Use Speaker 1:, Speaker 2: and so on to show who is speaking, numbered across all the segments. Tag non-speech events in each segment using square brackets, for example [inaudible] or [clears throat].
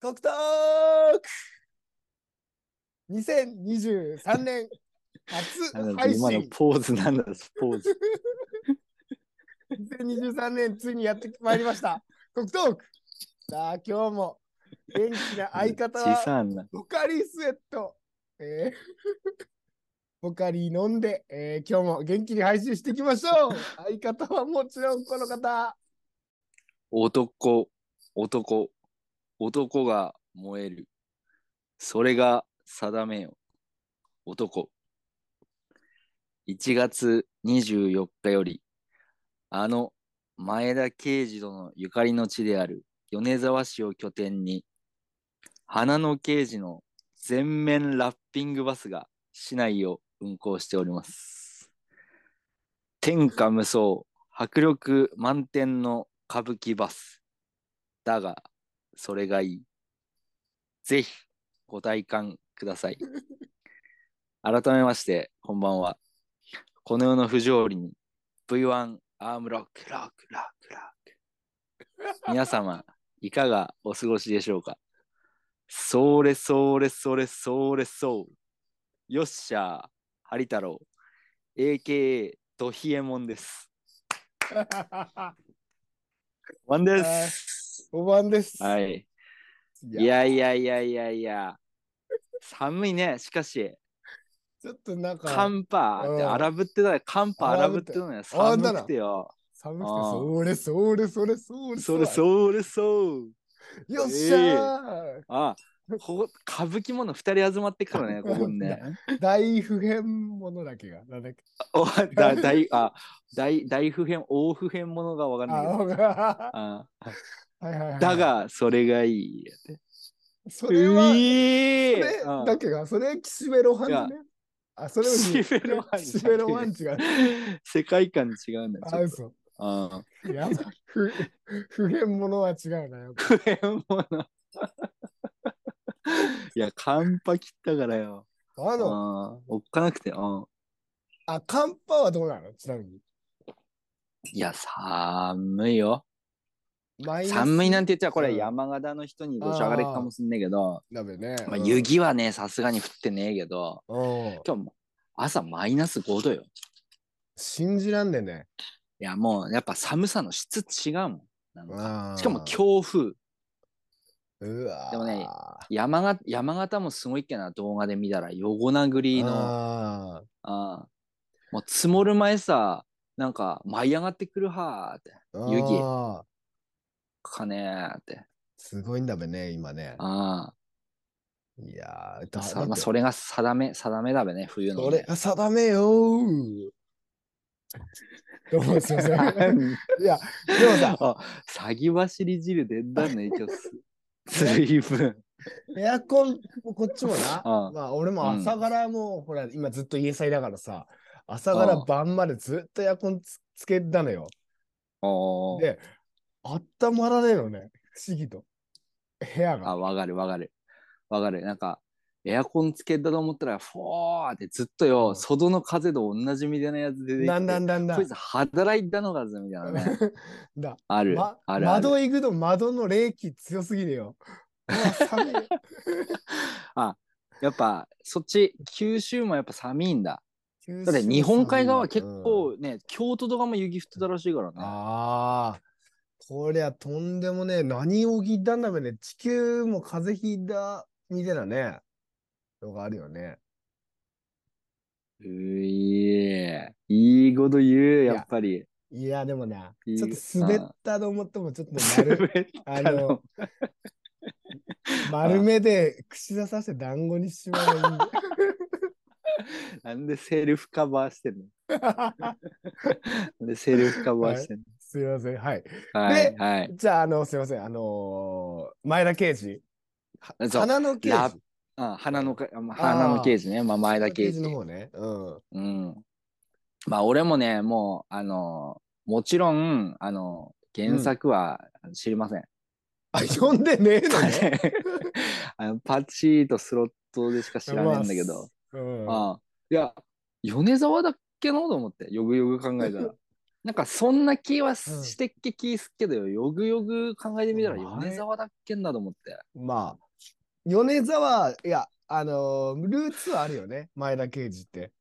Speaker 1: 獲得 !2023 年
Speaker 2: なん
Speaker 1: 初
Speaker 2: だ
Speaker 1: 配
Speaker 2: 今の
Speaker 1: 信
Speaker 2: ポーズなんだ、ポーズ。
Speaker 1: 2023年ついにやってまいりました。国トークさあ、今日も元気な相方
Speaker 2: 小
Speaker 1: は
Speaker 2: さな。
Speaker 1: ボカリスエット。えー [laughs] ボカリ飲んで、えー今日も元気に配信していきましょう。相方はもちろんこの方。 [laughs]
Speaker 2: 男、男、男が燃える。それが定めよ。男。1月24日より、あの前田慶次殿ゆかりの地である米沢市を拠点に、花の慶次の全面ラッピングバスが市内を運行しております。天下無双、迫力満点の歌舞伎バス。だが、それがいい。ぜひ、ご体感ください。改めまして、こんばんは。この世の不条理に V1 アームロック、ロック、ロック、ロック。皆様、いかがお過ごしでしょうかそれそれそれそれそう。よっしゃー、ハリ太郎。AKA ドヒエモンです。ワンです。
Speaker 1: おばんです。
Speaker 2: はいい。
Speaker 1: や
Speaker 2: いやいやいやいやいや。寒いね。しかし、
Speaker 1: ちょっとなん
Speaker 2: カ
Speaker 1: か
Speaker 2: ンパーって
Speaker 1: うん
Speaker 2: 荒ぶってたね。カンパー荒ぶってたね。
Speaker 1: 荒
Speaker 2: 寒
Speaker 1: ぶって
Speaker 2: くてよ。
Speaker 1: 寒くて、
Speaker 2: あー
Speaker 1: それそれそれそれ
Speaker 2: それそれそう。
Speaker 1: よっしゃー、
Speaker 2: あ、ここ歌舞伎もの二人集まってっからね、ここにね。
Speaker 1: 大普遍ものだけが。なんだっけ
Speaker 2: おだ大あ大大普遍、大普遍ものがわかんないけ
Speaker 1: あ、ほ
Speaker 2: ど。
Speaker 1: ら。
Speaker 2: あ
Speaker 1: はいはいはい。
Speaker 2: だ、が、それがいい。
Speaker 1: そうれは、
Speaker 2: ぃ
Speaker 1: それ
Speaker 2: うん
Speaker 1: だけが、それ、岸辺露伴ね。あ、それを
Speaker 2: 岸辺露伴
Speaker 1: 岸辺露伴違う。
Speaker 2: [laughs] 世界観違うんだよ。ち
Speaker 1: あ、
Speaker 2: ょっと
Speaker 1: 嘘。
Speaker 2: うん
Speaker 1: やばい。ふ普遍ものは違うな。やっぱ
Speaker 2: 食えんも
Speaker 1: [laughs]
Speaker 2: の。いや、カンパ切ったからよ。
Speaker 1: あ
Speaker 2: うん
Speaker 1: の、
Speaker 2: おっかなくて、うん。
Speaker 1: あ、カンパはどうなのちなみに。
Speaker 2: いや、寒いよ。
Speaker 1: マイナス
Speaker 2: 寒いなんて言っちゃ、こ
Speaker 1: う
Speaker 2: れ
Speaker 1: ん
Speaker 2: 山形の人にどし上がれっかもしんないけど、
Speaker 1: だべね。
Speaker 2: まあ、
Speaker 1: うん。
Speaker 2: 雪はね、さすがに降ってねえけど、
Speaker 1: うん
Speaker 2: 今日も朝マイナス5度よ。
Speaker 1: 信じらんねえね。
Speaker 2: いや、もうやっぱ寒さの質違うもん。なんかし
Speaker 1: し
Speaker 2: かも強風。
Speaker 1: うわー
Speaker 2: でもね山が山形もすごいっけな、動画で見たら、横殴りの。
Speaker 1: あ
Speaker 2: ああ。もう積もる前さ、なんか舞い上がってくるはーって、
Speaker 1: ー
Speaker 2: 雪
Speaker 1: あー
Speaker 2: かねーって。
Speaker 1: すごいんだべね、今ね。
Speaker 2: あ
Speaker 1: いやー、
Speaker 2: あ。
Speaker 1: だ
Speaker 2: さまあ、そ
Speaker 1: そ
Speaker 2: れが定め、定めだべね、冬の、
Speaker 1: れ
Speaker 2: ね。
Speaker 1: が定めよー。どうもすい
Speaker 2: [laughs]
Speaker 1: ません。いや、でもさ、
Speaker 2: あ、詐欺走り汁でんだんね、
Speaker 1: [laughs]
Speaker 2: 今日す。ずいぶん。
Speaker 1: エアコン、こっちもな、
Speaker 2: うん
Speaker 1: まあ俺も朝からもう、ほら、今ずっと家祭だからさ、朝から晩までずっとエアコンつつけたのよ。
Speaker 2: おー
Speaker 1: で、温まらねえのね、不思議と。部屋
Speaker 2: あ、
Speaker 1: が。
Speaker 2: わかるわかる。わかる。なんか、エアコンつけたと思ったら、フォーってずっと
Speaker 1: う
Speaker 2: よ、
Speaker 1: ん
Speaker 2: 外の風と同じみたいなやつ出てきて。
Speaker 1: なんだんだんだ
Speaker 2: こ
Speaker 1: ん
Speaker 2: いつ。働いたのかぜみた
Speaker 1: [laughs]
Speaker 2: いなね。
Speaker 1: だ
Speaker 2: ある。
Speaker 1: ま、
Speaker 2: あるある。
Speaker 1: 窓行くと窓の冷気強すぎるよ。うわ寒い
Speaker 2: あ、やっぱそっち九州もやっぱ寒いんだ。だって日本海側は結
Speaker 1: うん
Speaker 2: 構ね、京都とかも雪降ってたらしいからね。
Speaker 1: ああ、こりゃとんでもねえ。何を聞いたんだべね。地球も風邪ひいたみたいなね。のがあるよね。
Speaker 2: うえいいこと言うやっぱり。
Speaker 1: いや、でもな、
Speaker 2: いい
Speaker 1: ちょっと滑ったと思っても、ちょっと丸、
Speaker 2: 滑 [laughs] っ
Speaker 1: あ
Speaker 2: たの
Speaker 1: の、丸目で口出させて団子にしまう。
Speaker 2: [laughs] なんでセルフカバーしてんのなんでセルフカバーしてんの
Speaker 1: すいません。 [laughs] はい。
Speaker 2: はいはい。
Speaker 1: じゃあ、あの、すいません。あのー前田刑事。は
Speaker 2: そう
Speaker 1: 花の刑
Speaker 2: ラ
Speaker 1: 事。
Speaker 2: あ花のか花の刑事ね、まあ、前田刑
Speaker 1: 刑
Speaker 2: 事
Speaker 1: 事。の方ね。うん。
Speaker 2: [laughs] うん。まあ俺もね、もう、あの、もちろん、あの、原作は知りません。
Speaker 1: あ、呼んでねえのね。
Speaker 2: [laughs] あのパチーとスロットでしか知らねえんだけど。
Speaker 1: うん。 [laughs]
Speaker 2: ああいや、米沢だっけのと思って、よくよく考えたら。なんかそんな気はしてっけ気すっけどよ、よぐよぐ考えてみたら
Speaker 1: まあ
Speaker 2: 米沢だっけんなと思って。
Speaker 1: まあ、米沢、いや、あのールーツはあるよね、前田刑事って。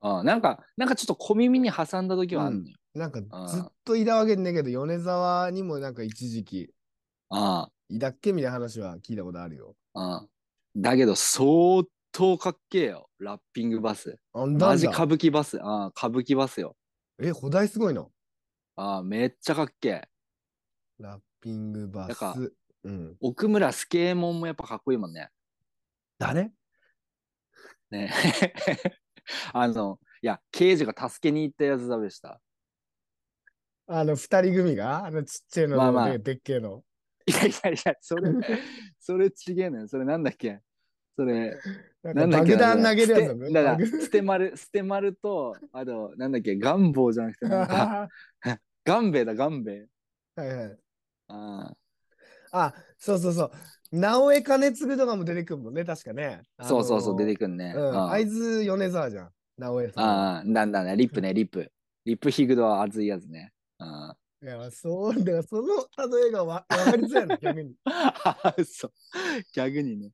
Speaker 2: あなんか、なんかちょっと小耳に挟んだ時はあるのよ。
Speaker 1: なんか
Speaker 2: あー
Speaker 1: ずっといたわけねえけど、米沢にもなんか一時期、
Speaker 2: あ
Speaker 1: いたっけみたいな話は聞いたことあるよ。
Speaker 2: あ、ああ。だけど、相当かっけえよ。ラッピングバス。
Speaker 1: あんだ
Speaker 2: マ
Speaker 1: ん
Speaker 2: ジ
Speaker 1: だ
Speaker 2: 歌舞伎バス。ああ、歌舞伎バスよ。
Speaker 1: え、補題すごいの。
Speaker 2: ああ、めっちゃかっけえ。
Speaker 1: ラッピングバ
Speaker 2: なんか
Speaker 1: ス。うん。
Speaker 2: 奥村スケーモンもやっぱかっこいいもんね。
Speaker 1: 誰
Speaker 2: ね [laughs] あの、いや、刑事が助けに行ったやつだべした。
Speaker 1: あの、二人組があのちっちゃいのと、
Speaker 2: まあまあ
Speaker 1: ででっけえの。
Speaker 2: いやいやいや、それ、それちげえねん。それなんだっけそれ、
Speaker 1: な
Speaker 2: なんん
Speaker 1: か
Speaker 2: だっけ
Speaker 1: 爆弾投げるやつだ
Speaker 2: だべ
Speaker 1: べ
Speaker 2: だから、
Speaker 1: 爆
Speaker 2: 捨て丸、捨て丸と、あと、なんだっけ、ガンボウじゃなくて、なん
Speaker 1: [laughs]
Speaker 2: か、
Speaker 1: 弾
Speaker 2: ガンベイだ、ガンベイ。
Speaker 1: はいはい。
Speaker 2: あ
Speaker 1: あ、そうそうそう。直江兼次とかも出てくるもんね、確かね。
Speaker 2: あ、そうそうそう、出て
Speaker 1: く
Speaker 2: くんね。
Speaker 1: る。うん。
Speaker 2: あ
Speaker 1: 会津米沢じゃん。直江さん。
Speaker 2: ああ、なんだね、リップね、リップ。リップヒグドは熱いやつね。あ
Speaker 1: いや、そう、だからその例えがわ分かりづら
Speaker 2: [laughs]
Speaker 1: いの、逆に。
Speaker 2: あ、 [laughs] そう。逆にね。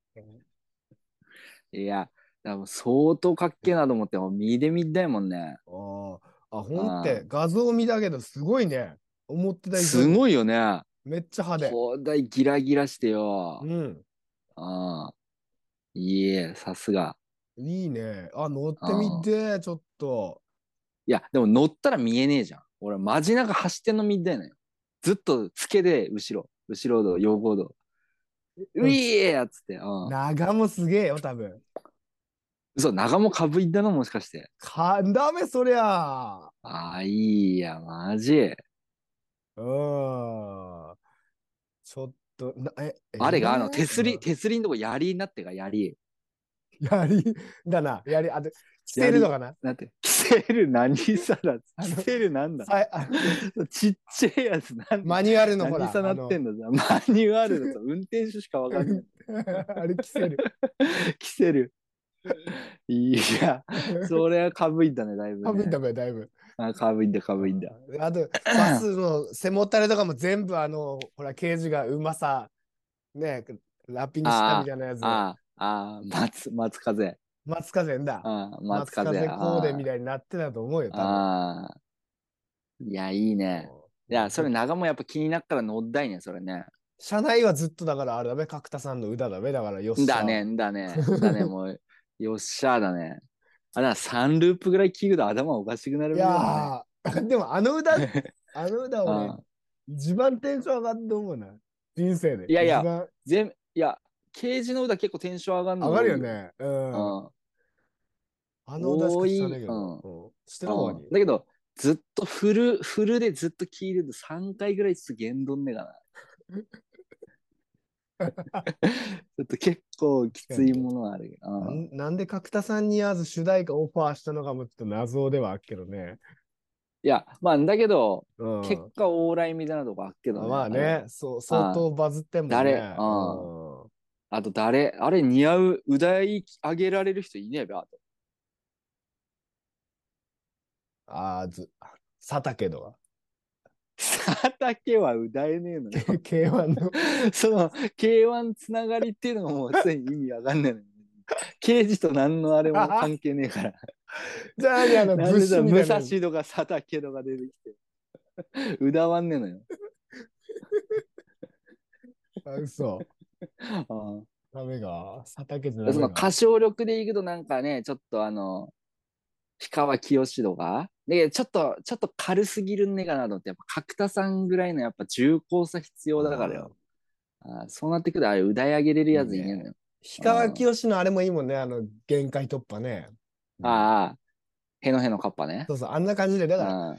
Speaker 2: いや、でも相当かっけえなと思って、もう見でみたいもんね。
Speaker 1: ああ、あ、本って画像見たけど、すごいね。思ってた以上
Speaker 2: す
Speaker 1: に
Speaker 2: ごいよね。
Speaker 1: めっちゃ派手。
Speaker 2: 広大ギラギラしてよ。
Speaker 1: うん。
Speaker 2: ああ。いいえ、さすが。
Speaker 1: いいね。あ、乗ってみて、ちょっと。
Speaker 2: いや、でも乗ったら見えねえじゃん。俺、マジなんか走ってんの見たいのよ。ずっとつけで、後ろ、後ろ道、横行道。ういえやっつって。うん。
Speaker 1: 長もすげえよ、多分。
Speaker 2: そう、長もかぶいだな、もしかして。
Speaker 1: か、ダメ、そりゃ。
Speaker 2: ああ、いいや、マジ。
Speaker 1: うん。ちょっと、なえ、え
Speaker 2: あれが、あの、
Speaker 1: え
Speaker 2: 手す
Speaker 1: う
Speaker 2: り、
Speaker 1: ん
Speaker 2: 手すりのとこ、槍になってが、槍。
Speaker 1: やり、だな、やり、あと、着てるのかな
Speaker 2: なんて、 [laughs] キセル何さだ、
Speaker 1: あ
Speaker 2: キ
Speaker 1: の
Speaker 2: セルなんだ。
Speaker 1: さいあ
Speaker 2: ちっちゃいやつ、なんだ。
Speaker 1: マニュアルのほら、
Speaker 2: 何さなって
Speaker 1: ん
Speaker 2: んだマニュアルだと、運転手しかわかんない。
Speaker 1: あれ着せ
Speaker 2: [laughs]
Speaker 1: る。
Speaker 2: キセル。いや、それはかぶいだね、だいぶ、ね。
Speaker 1: かぶったこれ、だいぶ。
Speaker 2: あかぶいだ、かぶいだ。
Speaker 1: あと、バスの背もたれとかも全部、あの、ほら、刑事がうまさ、ね、ラッピングしたみたいなやつ。
Speaker 2: ああ、ああ、松、松風。
Speaker 1: 松風んだ。
Speaker 2: ああ、松
Speaker 1: 松
Speaker 2: 風。
Speaker 1: 風コーデみ
Speaker 2: あ
Speaker 1: たいになってたと思うよ、多
Speaker 2: あああ。いや、いいね。
Speaker 1: 分。
Speaker 2: いや、それ長もやっぱ気になっから乗ったいね、それね。
Speaker 1: 車内はずっとだからあれだべ、角田さんの歌だべ、だからよっしゃ。
Speaker 2: だね、。だね、
Speaker 1: [laughs]
Speaker 2: だね、もう、よっしゃーだね。あ、だから3ループぐらい聞くと頭おかしくなる
Speaker 1: い
Speaker 2: ぐら
Speaker 1: やー、 [laughs] でもあの歌
Speaker 2: い、ね。
Speaker 1: あの歌
Speaker 2: う
Speaker 1: 俺、
Speaker 2: ん
Speaker 1: 一番テンション上がると思うな。人生で。
Speaker 2: いやいや
Speaker 1: 一番
Speaker 2: 全、いや、刑事の歌結構テンション上がるの
Speaker 1: 上
Speaker 2: 多い
Speaker 1: がるよ。ね。うん。
Speaker 2: うん。
Speaker 1: あの歌しか知らないけ
Speaker 2: 多
Speaker 1: ど。うん知ってる方
Speaker 2: うん
Speaker 1: に。
Speaker 2: だけど、ずっとフル、フルでずっと聴いてると3回ぐらいちょっと言動ねえか
Speaker 1: [laughs]
Speaker 2: な。ちょっと結構きついものはあるけど。うん
Speaker 1: なんなんで角田さんにまず主題歌オファーしたのかもちょっと謎ではあっけどね。
Speaker 2: いや、まあ、だけど、
Speaker 1: うん。
Speaker 2: 結果往来みたいなとこあっけどね。
Speaker 1: まあ
Speaker 2: れ
Speaker 1: ね、そう相当バズってんもんね。
Speaker 2: 誰
Speaker 1: うん
Speaker 2: うんあと誰あれ似合う、うだい上げられる人いねえべ、あと。
Speaker 1: あーず、佐竹とか。 [laughs]
Speaker 2: 佐竹はうだえねえのよ
Speaker 1: K1 の。
Speaker 2: [laughs] その、K1 つながりっていうのがもうすでに意味わかんない [laughs] のよ。刑事と何のあれも関係ねえから。
Speaker 1: じゃあ何あの、
Speaker 2: なん
Speaker 1: 武
Speaker 2: でさ
Speaker 1: 士みたい
Speaker 2: 武
Speaker 1: なの。
Speaker 2: 蔵とか佐竹とか出てきて。うだわんねえのよ。
Speaker 1: あ嘘。
Speaker 2: ああ
Speaker 1: ダメが。佐竹じゃダ
Speaker 2: そ
Speaker 1: メ
Speaker 2: の
Speaker 1: か。
Speaker 2: 歌唱力でいくとなんかね、ちょっとあの、氷川きよしとか、で、ちょっと、ちょっと軽すぎるんねえかなと思って、やっぱ角田さんぐらいのやっぱ重厚さ必要だからよ。あーそうなってくると、あれ、歌い上げれるやついねえのよ。
Speaker 1: 氷川きよしのあれもいいもんね、あの、限界突破ね。あ。
Speaker 2: ああ、へのへのかっぱね。
Speaker 1: そうそう、あんな感じで、だから、
Speaker 2: あ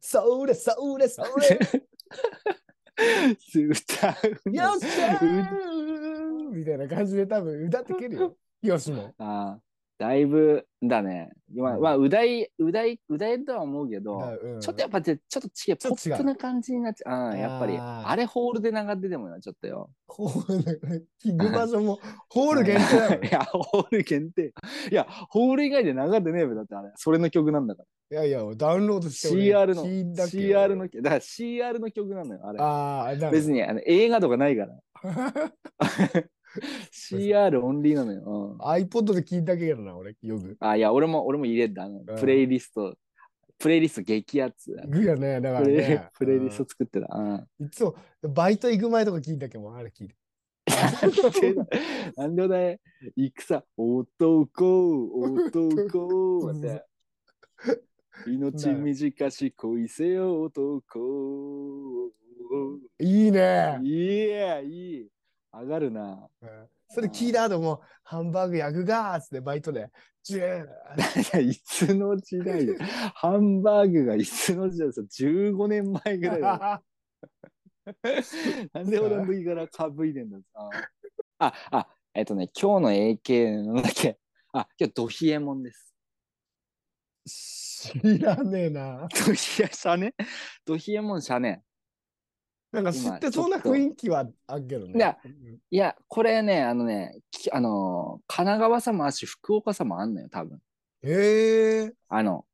Speaker 1: それそれそれ
Speaker 2: ー歌うの
Speaker 1: よっ
Speaker 2: [laughs]
Speaker 1: しゃーみたいな感じで多分歌ってけるよ。よしも。
Speaker 2: あーだいぶだね。今、
Speaker 1: うん
Speaker 2: まあ、うだい、うだい、うだいとは思うけど、
Speaker 1: うん
Speaker 2: ちょっとやっぱぜちょっと違う、
Speaker 1: ちょ
Speaker 2: ポ
Speaker 1: っと違う
Speaker 2: ップな感じになっちゃう。うん、やっぱり、
Speaker 1: あー
Speaker 2: あれホールで流れててもな、ちょっとよ。
Speaker 1: ホール、 [laughs] キングバーさんもホール限定だよ
Speaker 2: [laughs] いや、ホール限定。いや、ホール以外で流れてねえべ、だってあれ、それの曲なんだから。
Speaker 1: いやいや、ダウンロードして俺
Speaker 2: CR の、
Speaker 1: 聞いたけど
Speaker 2: CR の、だから CR の曲なのよ、あれ。
Speaker 1: ああ、だ
Speaker 2: 別にあの映画とかないから。
Speaker 1: [laughs] う
Speaker 2: CR オンリーなのよ。うん
Speaker 1: iPod で聞いたけどな、俺、よく。
Speaker 2: あ、いや、俺も、俺も入れた。あの
Speaker 1: うん
Speaker 2: プレイリスト、プレイリスト激アツ。
Speaker 1: 行くよね、だか
Speaker 2: プ
Speaker 1: ら
Speaker 2: レイ
Speaker 1: ね。
Speaker 2: プレイリスト作ってた。うん [laughs]
Speaker 1: うんいつも、バイト行く前とか聞いたけど、もうあれ聞いて。
Speaker 2: [laughs] なんでだい行くさ、男、男
Speaker 1: う、ん [laughs]
Speaker 2: って。命短し恋せよ男。
Speaker 1: [laughs] いいね。
Speaker 2: いや、いい。上がるな。
Speaker 1: うんそれ聞いた後も、ハンバーグ焼くがーっつってバイトで、ジュー
Speaker 2: いつの時代 [laughs] だハンバーグがいつの時代さ、15年前ぐらいだよ。 [laughs] なんで俺の時からかぶいてんだああ、あ、えっとね、今日の AK なんだっけ。あ、今日ドヒエモンです。
Speaker 1: 知らねえな。
Speaker 2: ドヒエ、シャネドヒエモンシャネ。
Speaker 1: なんか知ってそうな雰囲気はあるけどね。
Speaker 2: いやいや、これね、あのね、きあのー神奈川さもあるし、福岡さもあんのよ、多分。
Speaker 1: へえ。
Speaker 2: あの、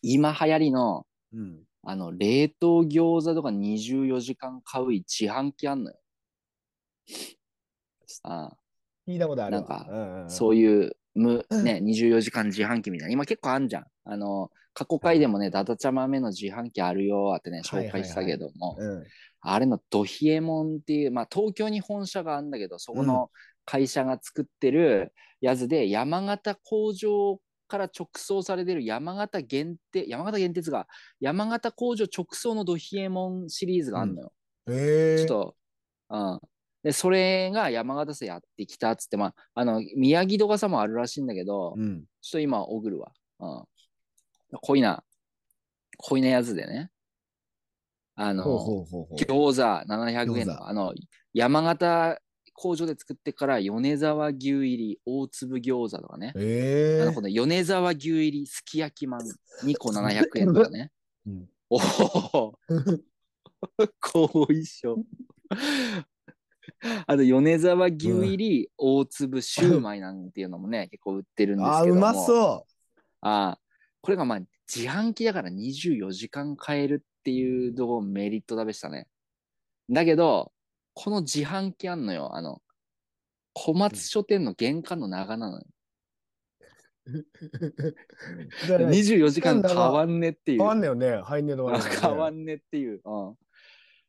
Speaker 2: 今流行りの、
Speaker 1: うん。
Speaker 2: あの、冷凍餃子とか24時間買う自販機あんのよ。あ
Speaker 1: 聞いたことあるわ。
Speaker 2: なんか
Speaker 1: うんうん、
Speaker 2: そういうむ、ね、24時間自販機みたいな。今結構あんじゃん。あの、過去回でもね、ダダちゃまめの自販機あるよーってね、紹介したけども、
Speaker 1: うん。
Speaker 2: あれのドヒエモンっていう、まあ東京に本社があるんだけど、そこの会社が作ってるやつで、山形工場から直送されてる山形限定、山形限定っつうか、山形工場直送のドヒエモンシリーズがあるのよ。
Speaker 1: へえ。
Speaker 2: ちょっと、うん。で、それが山形市やってきたっつって、まあ、あの、宮城とかさもあるらしいんだけど、
Speaker 1: うん。
Speaker 2: ちょっと今、おぐるわ。うん。濃いな、濃いなやつでね。あの、
Speaker 1: ほうほうほうほう。
Speaker 2: 餃子700
Speaker 1: 餃
Speaker 2: 円
Speaker 1: 子
Speaker 2: の、あの、山形工場で作ってから、米沢牛入り、大粒餃子とかね。
Speaker 1: え
Speaker 2: あの
Speaker 1: え
Speaker 2: この米沢牛入りすき焼きまん2個700円とかね。
Speaker 1: うん
Speaker 2: おお
Speaker 1: [laughs]
Speaker 2: 後遺症。あと米沢牛入り大粒シューマイなんていうのもね、結構売ってるんですけども。
Speaker 1: あ、うま
Speaker 2: う。 [laughs]
Speaker 1: そ
Speaker 2: あこれがまあ自販機だから24時間買えるっていうとこメリットだべしたね。だけど、この自販機あんのよ。あの、小松書店の玄関の長なのよ。
Speaker 1: う。だから
Speaker 2: 24時間変わんねっていう。
Speaker 1: 変わんねよね、ハイネの
Speaker 2: あ
Speaker 1: 割にね
Speaker 2: 変わんねっていう。うん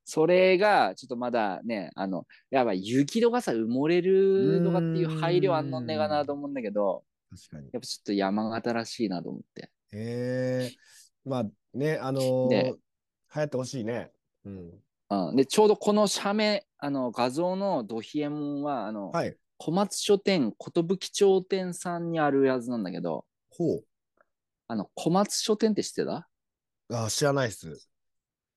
Speaker 2: それが、ちょっとまだね、あの、やばい、雪とかさ、埋もれるとかっていう配慮あんのねがなと思うんだけど、
Speaker 1: 確かに。
Speaker 2: やっぱちょっと山形らしいなと思って。
Speaker 1: ええ。まあね、あのー、
Speaker 2: ね
Speaker 1: 流行ってほしいね。うん。
Speaker 2: うん、で、ちょうどこの社名、あの、画像のドヒエモンは、あの、
Speaker 1: はい。
Speaker 2: 小松書店、寿町店さんにあるやつなんだけど、
Speaker 1: ほう。
Speaker 2: あの、小松書店って知ってた
Speaker 1: あ、知らないっす。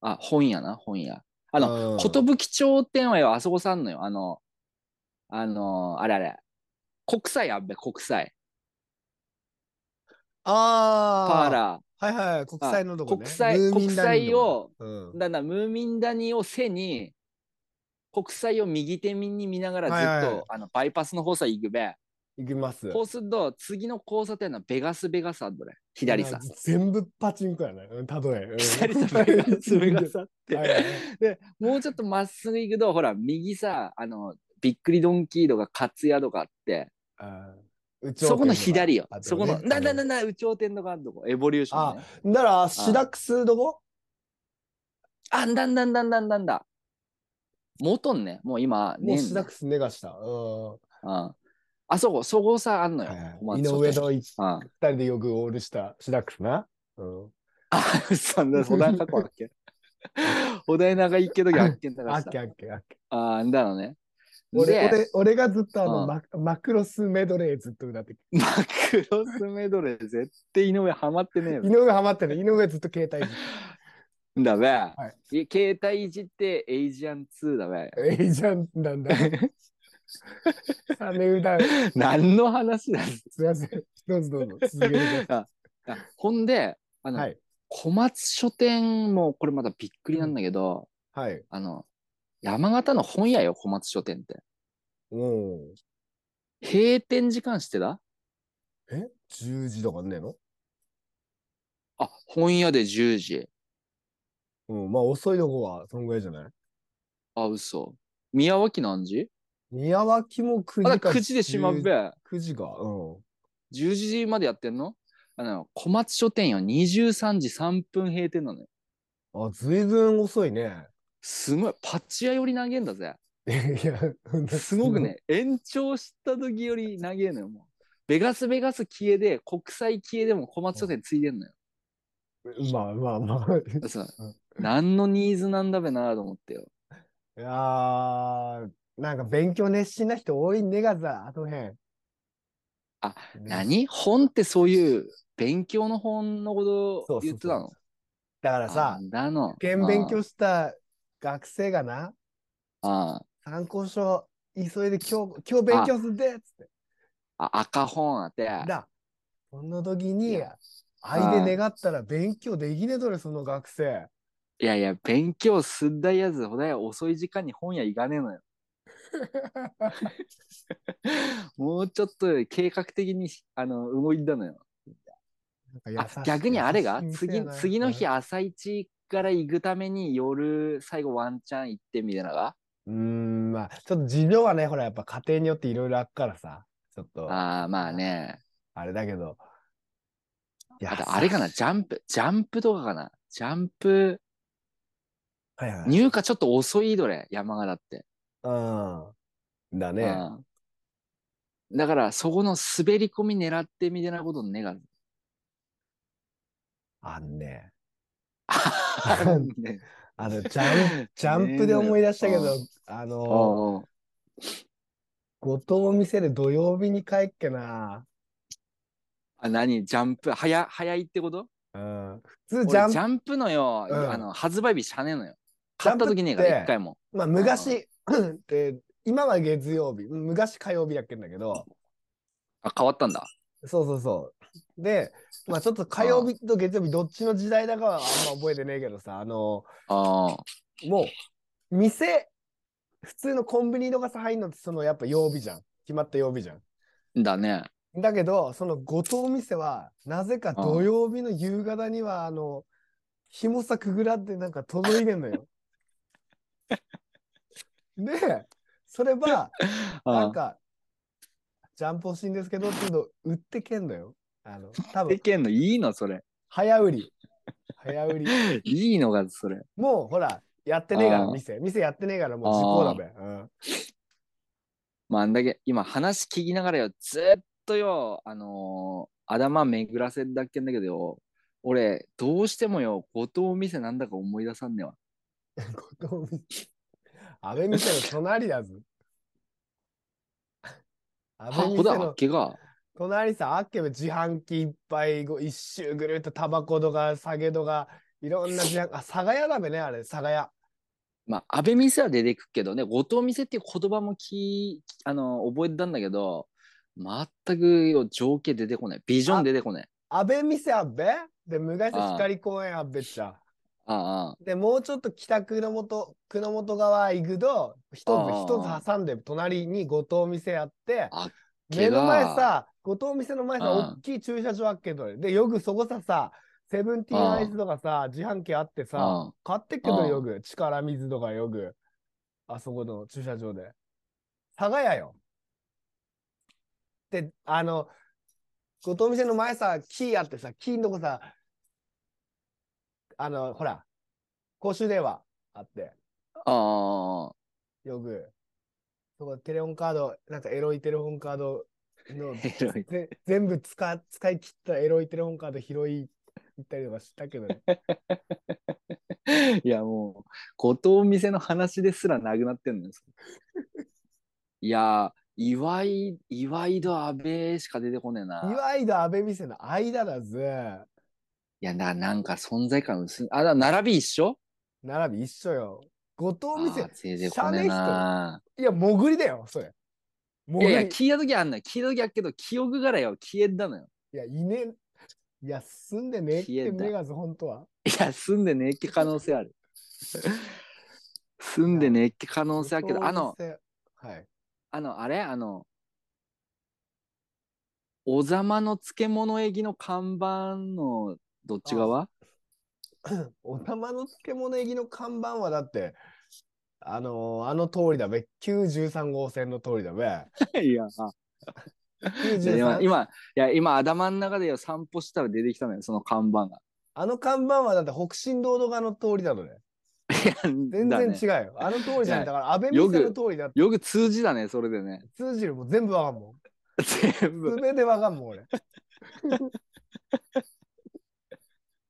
Speaker 2: あ、本屋な、本屋。あの、
Speaker 1: の
Speaker 2: 寿町店はよ、あそこさんのよ。あの、あの、あれあれ。国際あっべ、国際。
Speaker 1: あ
Speaker 2: パー
Speaker 1: ー
Speaker 2: ラ
Speaker 1: はいはい、国際のとこね。
Speaker 2: 国際
Speaker 1: ムーミンダニーのとこ。
Speaker 2: ー。だんだんムーミン谷を背に、国際を右手に見ながらずっと、
Speaker 1: はいはい
Speaker 2: あのバイパスの方さ行くべ。
Speaker 1: うん。行きます。
Speaker 2: こうすると、次の交差点のベガスベガスあんどれ。左
Speaker 1: [laughs]
Speaker 2: さ。
Speaker 1: 全部パチンコやね。うん、たとえ。うん
Speaker 2: 左さ、ベガスベガスあって。
Speaker 1: はいはい
Speaker 2: で、 [laughs] もうちょっとまっすぐ行くと、ほら、右さ、あの、びっくりドンキーとかカツヤとかあって、
Speaker 1: あー有頂天とか
Speaker 2: そこの左よ。
Speaker 1: あとね
Speaker 2: そこの、なななな、有頂天とかあるとこ、エボリューション、ね。
Speaker 1: だから、シダックスどこ
Speaker 2: あんだんだんだんだんだんだ。元んね、もう今、
Speaker 1: も
Speaker 2: ね
Speaker 1: う
Speaker 2: え
Speaker 1: シ
Speaker 2: ん
Speaker 1: ダッ
Speaker 2: だ
Speaker 1: クス寝がした。うん
Speaker 2: うんあそこ、そこさ、あんのよ。小
Speaker 1: はい
Speaker 2: 松
Speaker 1: 井
Speaker 2: 商
Speaker 1: 上
Speaker 2: 店
Speaker 1: と一
Speaker 2: うん
Speaker 1: 二人でよくオールしたシダックスな。うん
Speaker 2: あ、 [laughs] そんな、小田中子だっ
Speaker 1: [laughs]
Speaker 2: け小田中行っけどきあっけんだか
Speaker 1: あ
Speaker 2: ら
Speaker 1: っ
Speaker 2: さ
Speaker 1: け。あっけあっけ。
Speaker 2: ああ、んだのね。
Speaker 1: 俺、
Speaker 2: で、
Speaker 1: 俺、俺がずっとあの、
Speaker 2: うん
Speaker 1: ママクロスメドレーずっと歌って。
Speaker 2: マクロスメドレー、絶対井上ハマってねえ
Speaker 1: 井
Speaker 2: べ
Speaker 1: 上ハマってね。井上ずっと携帯いじっ
Speaker 2: んだべ。、
Speaker 1: はい
Speaker 2: 携帯いじって、エイジアン2だべ。
Speaker 1: て。ええじゃん、なんだ。サネウダウン。
Speaker 2: 何の話なんです
Speaker 1: すいません。どうぞどうぞ。続けてください。
Speaker 2: かほんで、あの、
Speaker 1: はい。
Speaker 2: 小松書店も、これまたびっくりなんだけど、
Speaker 1: はい。
Speaker 2: あの、山形の本屋よ、小松書店って。
Speaker 1: おー
Speaker 2: 閉店時間してた
Speaker 1: え ?10 時とかねえの
Speaker 2: あ、本屋で10時。
Speaker 1: うん。まあ、遅いとこは、そんぐらいじゃない
Speaker 2: あ、嘘。宮脇何時
Speaker 1: 宮脇も
Speaker 2: あ、
Speaker 1: 9
Speaker 2: だ
Speaker 1: 時か。
Speaker 2: 9時でしまうべ。。
Speaker 1: 9時か。うん。
Speaker 2: 10時までやってんのあの、小松書店よ、23時3分閉店なのよ。
Speaker 1: あ、ずいぶん遅い
Speaker 2: [laughs]
Speaker 1: ね。
Speaker 2: すごい、パチ屋より投げんだぜ。
Speaker 1: いや、ほんと
Speaker 2: すごく。ね、延長した時より長えのよ、もう。ベガスベガス消えで、国際消えでも小松書店ついてんのよ。
Speaker 1: まあまあまあ。い
Speaker 2: さ
Speaker 1: うん、
Speaker 2: 何のニーズなんだべなと思ってよ。
Speaker 1: やー、なんか勉強熱心な人多いねがさ、あとへん。
Speaker 2: あ、
Speaker 1: ね
Speaker 2: 何本ってそういう勉強の本のこ
Speaker 1: そうそうそ
Speaker 2: と
Speaker 1: う
Speaker 2: 言ってた
Speaker 1: だ
Speaker 2: の
Speaker 1: から
Speaker 2: あ
Speaker 1: さ、
Speaker 2: だの。
Speaker 1: 受験勉強した学生がな、
Speaker 2: あ
Speaker 1: 参考書急いで今日、今日勉強するでっつって。
Speaker 2: ああ赤本あて。
Speaker 1: だ、そんな時
Speaker 2: い
Speaker 1: に
Speaker 2: や、
Speaker 1: 愛で願ったら勉強できねえどれ、その学
Speaker 2: [laughs]
Speaker 1: 生。
Speaker 2: いやいや、勉強すんだやつ、ほだや遅い時間に本屋行かねえのよ。 [laughs] もうちょっと計画的にあの動いたのよ。
Speaker 1: なん
Speaker 2: あ
Speaker 1: か優しい
Speaker 2: 逆にあれが
Speaker 1: 優しい店
Speaker 2: 次
Speaker 1: やな
Speaker 2: 次の日朝一から行くために夜最後ワンチャン行ってみたいなのが
Speaker 1: うん、まあ、ちょっと事情はね、ほら、やっぱ家庭によっていろいろあっからさ、ちょっと、
Speaker 2: ああまあね。
Speaker 1: あれだけど。いや
Speaker 2: あとあれかな、ジャンプ、ジャンプとかかな。ジャンプ、
Speaker 1: はいはい
Speaker 2: 入荷ちょっと遅いどれ、山形って。
Speaker 1: うん。だね。
Speaker 2: うんだからそこの滑り込み狙ってみたいなこと
Speaker 1: [laughs]
Speaker 2: ねが。
Speaker 1: あんね。
Speaker 2: あん [laughs] ね
Speaker 1: あの、ジャンプ、ジャンプで思い出したけ
Speaker 2: ね
Speaker 1: ど
Speaker 2: えのよ、
Speaker 1: あ
Speaker 2: う
Speaker 1: の、
Speaker 2: んうん
Speaker 1: 後藤店で土曜日に帰っけな。
Speaker 2: あ何ジャンプ早早いってこと
Speaker 1: うん。普通
Speaker 2: 俺
Speaker 1: ジ
Speaker 2: ジ
Speaker 1: ャ
Speaker 2: ャ
Speaker 1: ンプ、
Speaker 2: ンプのよ、
Speaker 1: うん
Speaker 2: あの発売日しゃねえのよ。
Speaker 1: ジャ
Speaker 2: 買っ
Speaker 1: ンプ
Speaker 2: た
Speaker 1: って
Speaker 2: 時ねえから一回も。
Speaker 1: まあ、昔、で、今は月曜日、うん昔火曜日やっけんだけど、
Speaker 2: あ変わったんだ。
Speaker 1: そうそうそう。で、まあちょっと火曜日と月曜日どっちの時代だかはあんま覚えてねえけどさ、あの、
Speaker 2: あ
Speaker 1: もう、店、普通のコンビニとかさ入んのってそのやっぱ曜日じゃん。決まった曜日じゃん。
Speaker 2: あだね。
Speaker 1: だけど、その後藤店は、なぜか土曜日の夕方には、あの、紐さくぐらってなんか届いてんの [laughs] よ。で、それは、なん
Speaker 2: あ
Speaker 1: か、ジャンプ欲しいんですけどっていうのを売ってけんのよ。あの、多
Speaker 2: で
Speaker 1: 分、
Speaker 2: けんのいいのそれ。
Speaker 1: 早売り。早売り。
Speaker 2: いいのがそれ。
Speaker 1: もう、ほら、やってねえか
Speaker 2: あ
Speaker 1: ら、
Speaker 2: ー
Speaker 1: 店。店やってねえから、もう時効だべ。うん。
Speaker 2: まああんだけ今話聞きながらよずっとよあのー、頭巡らせだっけんだけどよ俺どうしてもよ後藤店なんだか思い出さんねわ。
Speaker 1: 後藤店。安倍店の隣だぞ。
Speaker 2: あ
Speaker 1: 安倍
Speaker 2: ほ
Speaker 1: 店
Speaker 2: だあっ
Speaker 1: の
Speaker 2: けが。
Speaker 1: 隣さ、あっけべ自販機いっぱい、ご一周ぐるっとタバコとか、酒とか、いろんな自販あ、佐賀屋だべね、あれ、佐賀屋。
Speaker 2: まあ、安倍店は出てくけどね、後藤店っていう言葉もきあの覚えてたんだけど、全くよ情景出てこない。ビジョン出てこない。
Speaker 1: 安倍店あっべで、昔光公園あっべっちゃ。
Speaker 2: あ
Speaker 1: で、もうちょっと北熊本、熊本側行くと、一
Speaker 2: あー
Speaker 1: つ、一つ挟んで、隣に後藤店あって
Speaker 2: あっ、
Speaker 1: 目の前
Speaker 2: けが
Speaker 1: さ、後藤店の前さ、
Speaker 2: うん
Speaker 1: 大きい駐車場あっけど、で、よくそこささ、セブンティーンアイスとかさ、自販機あって
Speaker 2: あ、
Speaker 1: さ、
Speaker 2: うん
Speaker 1: 買ってっけど
Speaker 2: うん
Speaker 1: よく、力水とかよく、あそこの駐車場で。佐賀屋よ。で、あの、後藤店の前さ、木あってさ、木のとこさ、あの、ほら、公衆電話あって、
Speaker 2: あ
Speaker 1: よく、そこテレホンカード、なんかエロいテレホンカードの
Speaker 2: あ、、 [laughs] エロい。
Speaker 1: ぜ全部使使い切ったエロいテレホンカード拾い行ったりとかしたけど
Speaker 2: [laughs]
Speaker 1: ね。
Speaker 2: いやもう、後藤店の話ですらなくなってんのよ。いやー、岩井、岩井と安倍しか出てこねえな。
Speaker 1: 岩井と安倍店の間だぜ。
Speaker 2: いやな、なんか存在感薄い。あ、だ並び一緒
Speaker 1: 並び一緒よ。後
Speaker 2: あ
Speaker 1: 藤
Speaker 2: ー
Speaker 1: 店、
Speaker 2: 出てこねえな。
Speaker 1: いや、潜りだよ、それ。もう
Speaker 2: いやいや、
Speaker 1: い
Speaker 2: 聞いた時あんのよ。聞いた時あっけど、記憶がらよ、消えんだのよ。
Speaker 1: や、いねえ。いや、住んでねえっ
Speaker 2: 消え
Speaker 1: て、
Speaker 2: んだ
Speaker 1: メガズ、本当は。
Speaker 2: いや、住んでねえって可能性ある。住んでねえって可能性あるけど、あの
Speaker 1: お、店。はい。
Speaker 2: あの、あれあの、おざまの漬物駅の看板のどっち側
Speaker 1: お玉の漬物駅の看板はだって、あのーあの通りだべ。93号線の通りだべ。
Speaker 2: いや、あいや
Speaker 1: 93
Speaker 2: 今、今、いや、今、頭の中でよ散歩したら出てきたのよ、その看板が。
Speaker 1: あの看板はだって北進道路側の通りなのね。
Speaker 2: いや
Speaker 1: 全
Speaker 2: だ
Speaker 1: 然
Speaker 2: ね
Speaker 1: 違うよ。あの通りじゃん。
Speaker 2: いや
Speaker 1: だから、安倍
Speaker 2: よ
Speaker 1: 美
Speaker 2: く
Speaker 1: さんの通りだって。
Speaker 2: よく通じだね、それでね。
Speaker 1: 通じるもん全部わかんも
Speaker 2: 全部
Speaker 1: ん。。全てわかんもん、
Speaker 2: [laughs]
Speaker 1: 俺。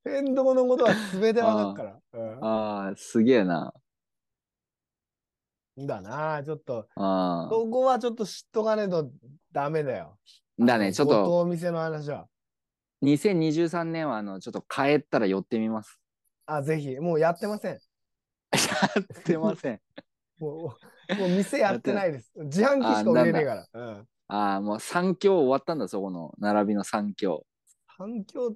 Speaker 1: 変動のことは全てわかるから。
Speaker 2: ああ、すげえな。
Speaker 1: うん。だなあちょっと、
Speaker 2: あ
Speaker 1: そこはちょっと知っとかねえとダメだよ。
Speaker 2: あ。だね、ちょっ
Speaker 1: あの
Speaker 2: と、
Speaker 1: ご当店の話は。
Speaker 2: 2023年は、あの、ちょっと帰ったら寄ってみます。
Speaker 1: あ、ぜひ。もうやってません。
Speaker 2: やってません。
Speaker 1: もう、もう店やってないです。自販機しか
Speaker 2: [laughs] あ
Speaker 1: 売れねえから。うん。
Speaker 2: ああ、もう三強終わったんだ、そこの、並びの三強。
Speaker 1: 環境、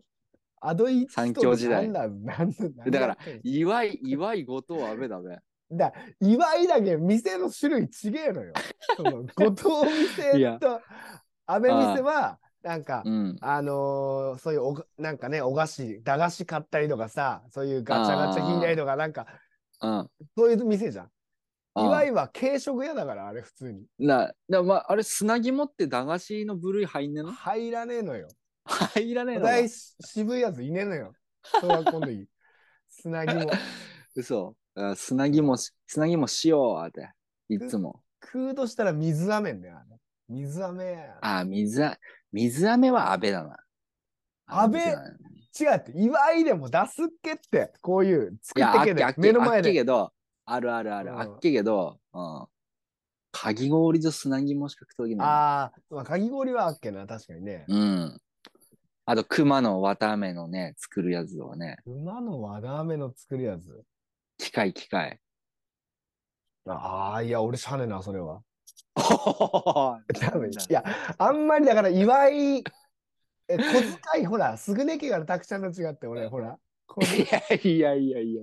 Speaker 1: アドイッチ
Speaker 2: 三強時代
Speaker 1: なんだ、なんだ、なん
Speaker 2: だから
Speaker 1: やってんの
Speaker 2: 岩井、岩井、後藤、阿部
Speaker 1: [laughs]
Speaker 2: だべ。
Speaker 1: だ岩井だけ店の種類違えのよ。その後藤
Speaker 2: [laughs] い
Speaker 1: 店
Speaker 2: や
Speaker 1: と安倍店はなんか
Speaker 2: うん。
Speaker 1: あのーそういうおがなんかねお菓子駄菓子買ったりとかさそういうガチャガチャ引いたりとかなんか
Speaker 2: うん。
Speaker 1: そういう店じゃん。岩
Speaker 2: 井
Speaker 1: 井は軽食屋だからあれ普通に
Speaker 2: な、な、まあ、あれ、砂肝って駄菓子の部類入んねえの [laughs]
Speaker 1: 入らねえのよ。
Speaker 2: 入らねえ
Speaker 1: お
Speaker 2: の
Speaker 1: 題し渋いやついねえのよ。小学校の時砂肝
Speaker 2: [laughs] 嘘。あ砂肝し、砂肝しよう、あて。いつも。
Speaker 1: 食うとしたら水飴ねあれ水飴
Speaker 2: ああ、水あ、水飴は阿部だな。
Speaker 1: 阿部
Speaker 2: あれ水飴
Speaker 1: 違うって、岩井でも出すっけって、こういう、
Speaker 2: い
Speaker 1: 作
Speaker 2: や、
Speaker 1: っ
Speaker 2: あって
Speaker 1: け
Speaker 2: け、あ
Speaker 1: で
Speaker 2: っ、け、
Speaker 1: 目の
Speaker 2: あ
Speaker 1: 前
Speaker 2: っけ
Speaker 1: で。
Speaker 2: けど、あるあるある、
Speaker 1: うん
Speaker 2: あっけけど、うん。かき氷と砂肝しか食った時ない。
Speaker 1: ああ、まあ、かき氷はあっけな、確かにね。
Speaker 2: うん。あと、熊の綿飴のね、作るやつをね、
Speaker 1: 馬のわだあめの作るやつ。
Speaker 2: 機械機械。
Speaker 1: ああ、いや、俺しゃねえな、それは。
Speaker 2: [laughs] ダ
Speaker 1: 多分いや、あんまりだから、岩
Speaker 2: [laughs]
Speaker 1: 井、え、小遣い、ほら、すぐね家からたくちゃんと違って、俺、ほら。小
Speaker 2: いやいやいやいや。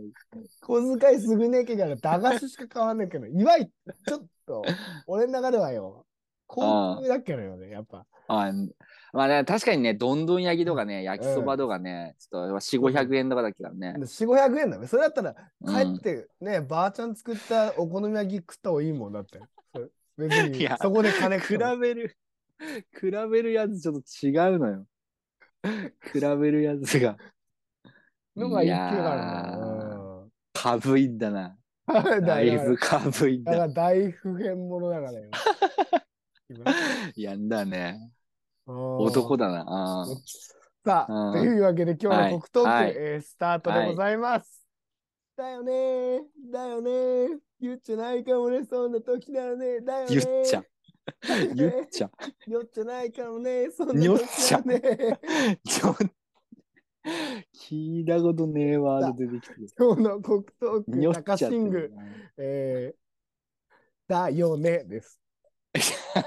Speaker 1: 小遣いすぐね家から駄菓子しか買わんねえけど、岩井、ちょっと、俺の中ではよ、高級だっけのよね、やっぱ。
Speaker 2: あまあね、確かにね、どんどん焼きとかね、焼きそばとかね、ちょっと4、500円とかだっけどね。
Speaker 1: 4、500円だね。それだったら、
Speaker 2: う
Speaker 1: 帰っ
Speaker 2: ん、
Speaker 1: てね、ばあちゃん作ったお好み焼き食った方がいいもんだって。それ別
Speaker 2: い
Speaker 1: に
Speaker 2: や、
Speaker 1: そこで金食
Speaker 2: 比
Speaker 1: っても
Speaker 2: べる、比べるやつちょっと違うのよ。比べるやつが。
Speaker 1: のが一級
Speaker 2: いや
Speaker 1: がある
Speaker 2: ー
Speaker 1: ん [laughs]
Speaker 2: かぶいんだな。
Speaker 1: だよ。うんだ
Speaker 2: だいぶ
Speaker 1: か
Speaker 2: かぶいん
Speaker 1: ら、だか
Speaker 2: だ。
Speaker 1: ら大不変者だ
Speaker 2: [laughs]
Speaker 1: からよ。今
Speaker 2: やんだね。
Speaker 1: うん
Speaker 2: 男だな。あー
Speaker 1: さ
Speaker 2: う
Speaker 1: あ、
Speaker 2: ん
Speaker 1: というわけで今日の国トーク、
Speaker 2: はい
Speaker 1: えースタートでございます。だよねー、だよねー、言っちゃないかもね、そんな時だよねー、だよね
Speaker 2: 言
Speaker 1: ー。
Speaker 2: っちゃ。
Speaker 1: だよね
Speaker 2: 言っちゃ。
Speaker 1: [laughs] 酔っちゃないかもね、そんな時だよねー。
Speaker 2: ちょ聞いたことねえワード出てきてる。
Speaker 1: 今日の国ト
Speaker 2: に
Speaker 1: ー
Speaker 2: ょっ
Speaker 1: ク、高
Speaker 2: ちゃって
Speaker 1: シング
Speaker 2: る、
Speaker 1: えー、だよねです。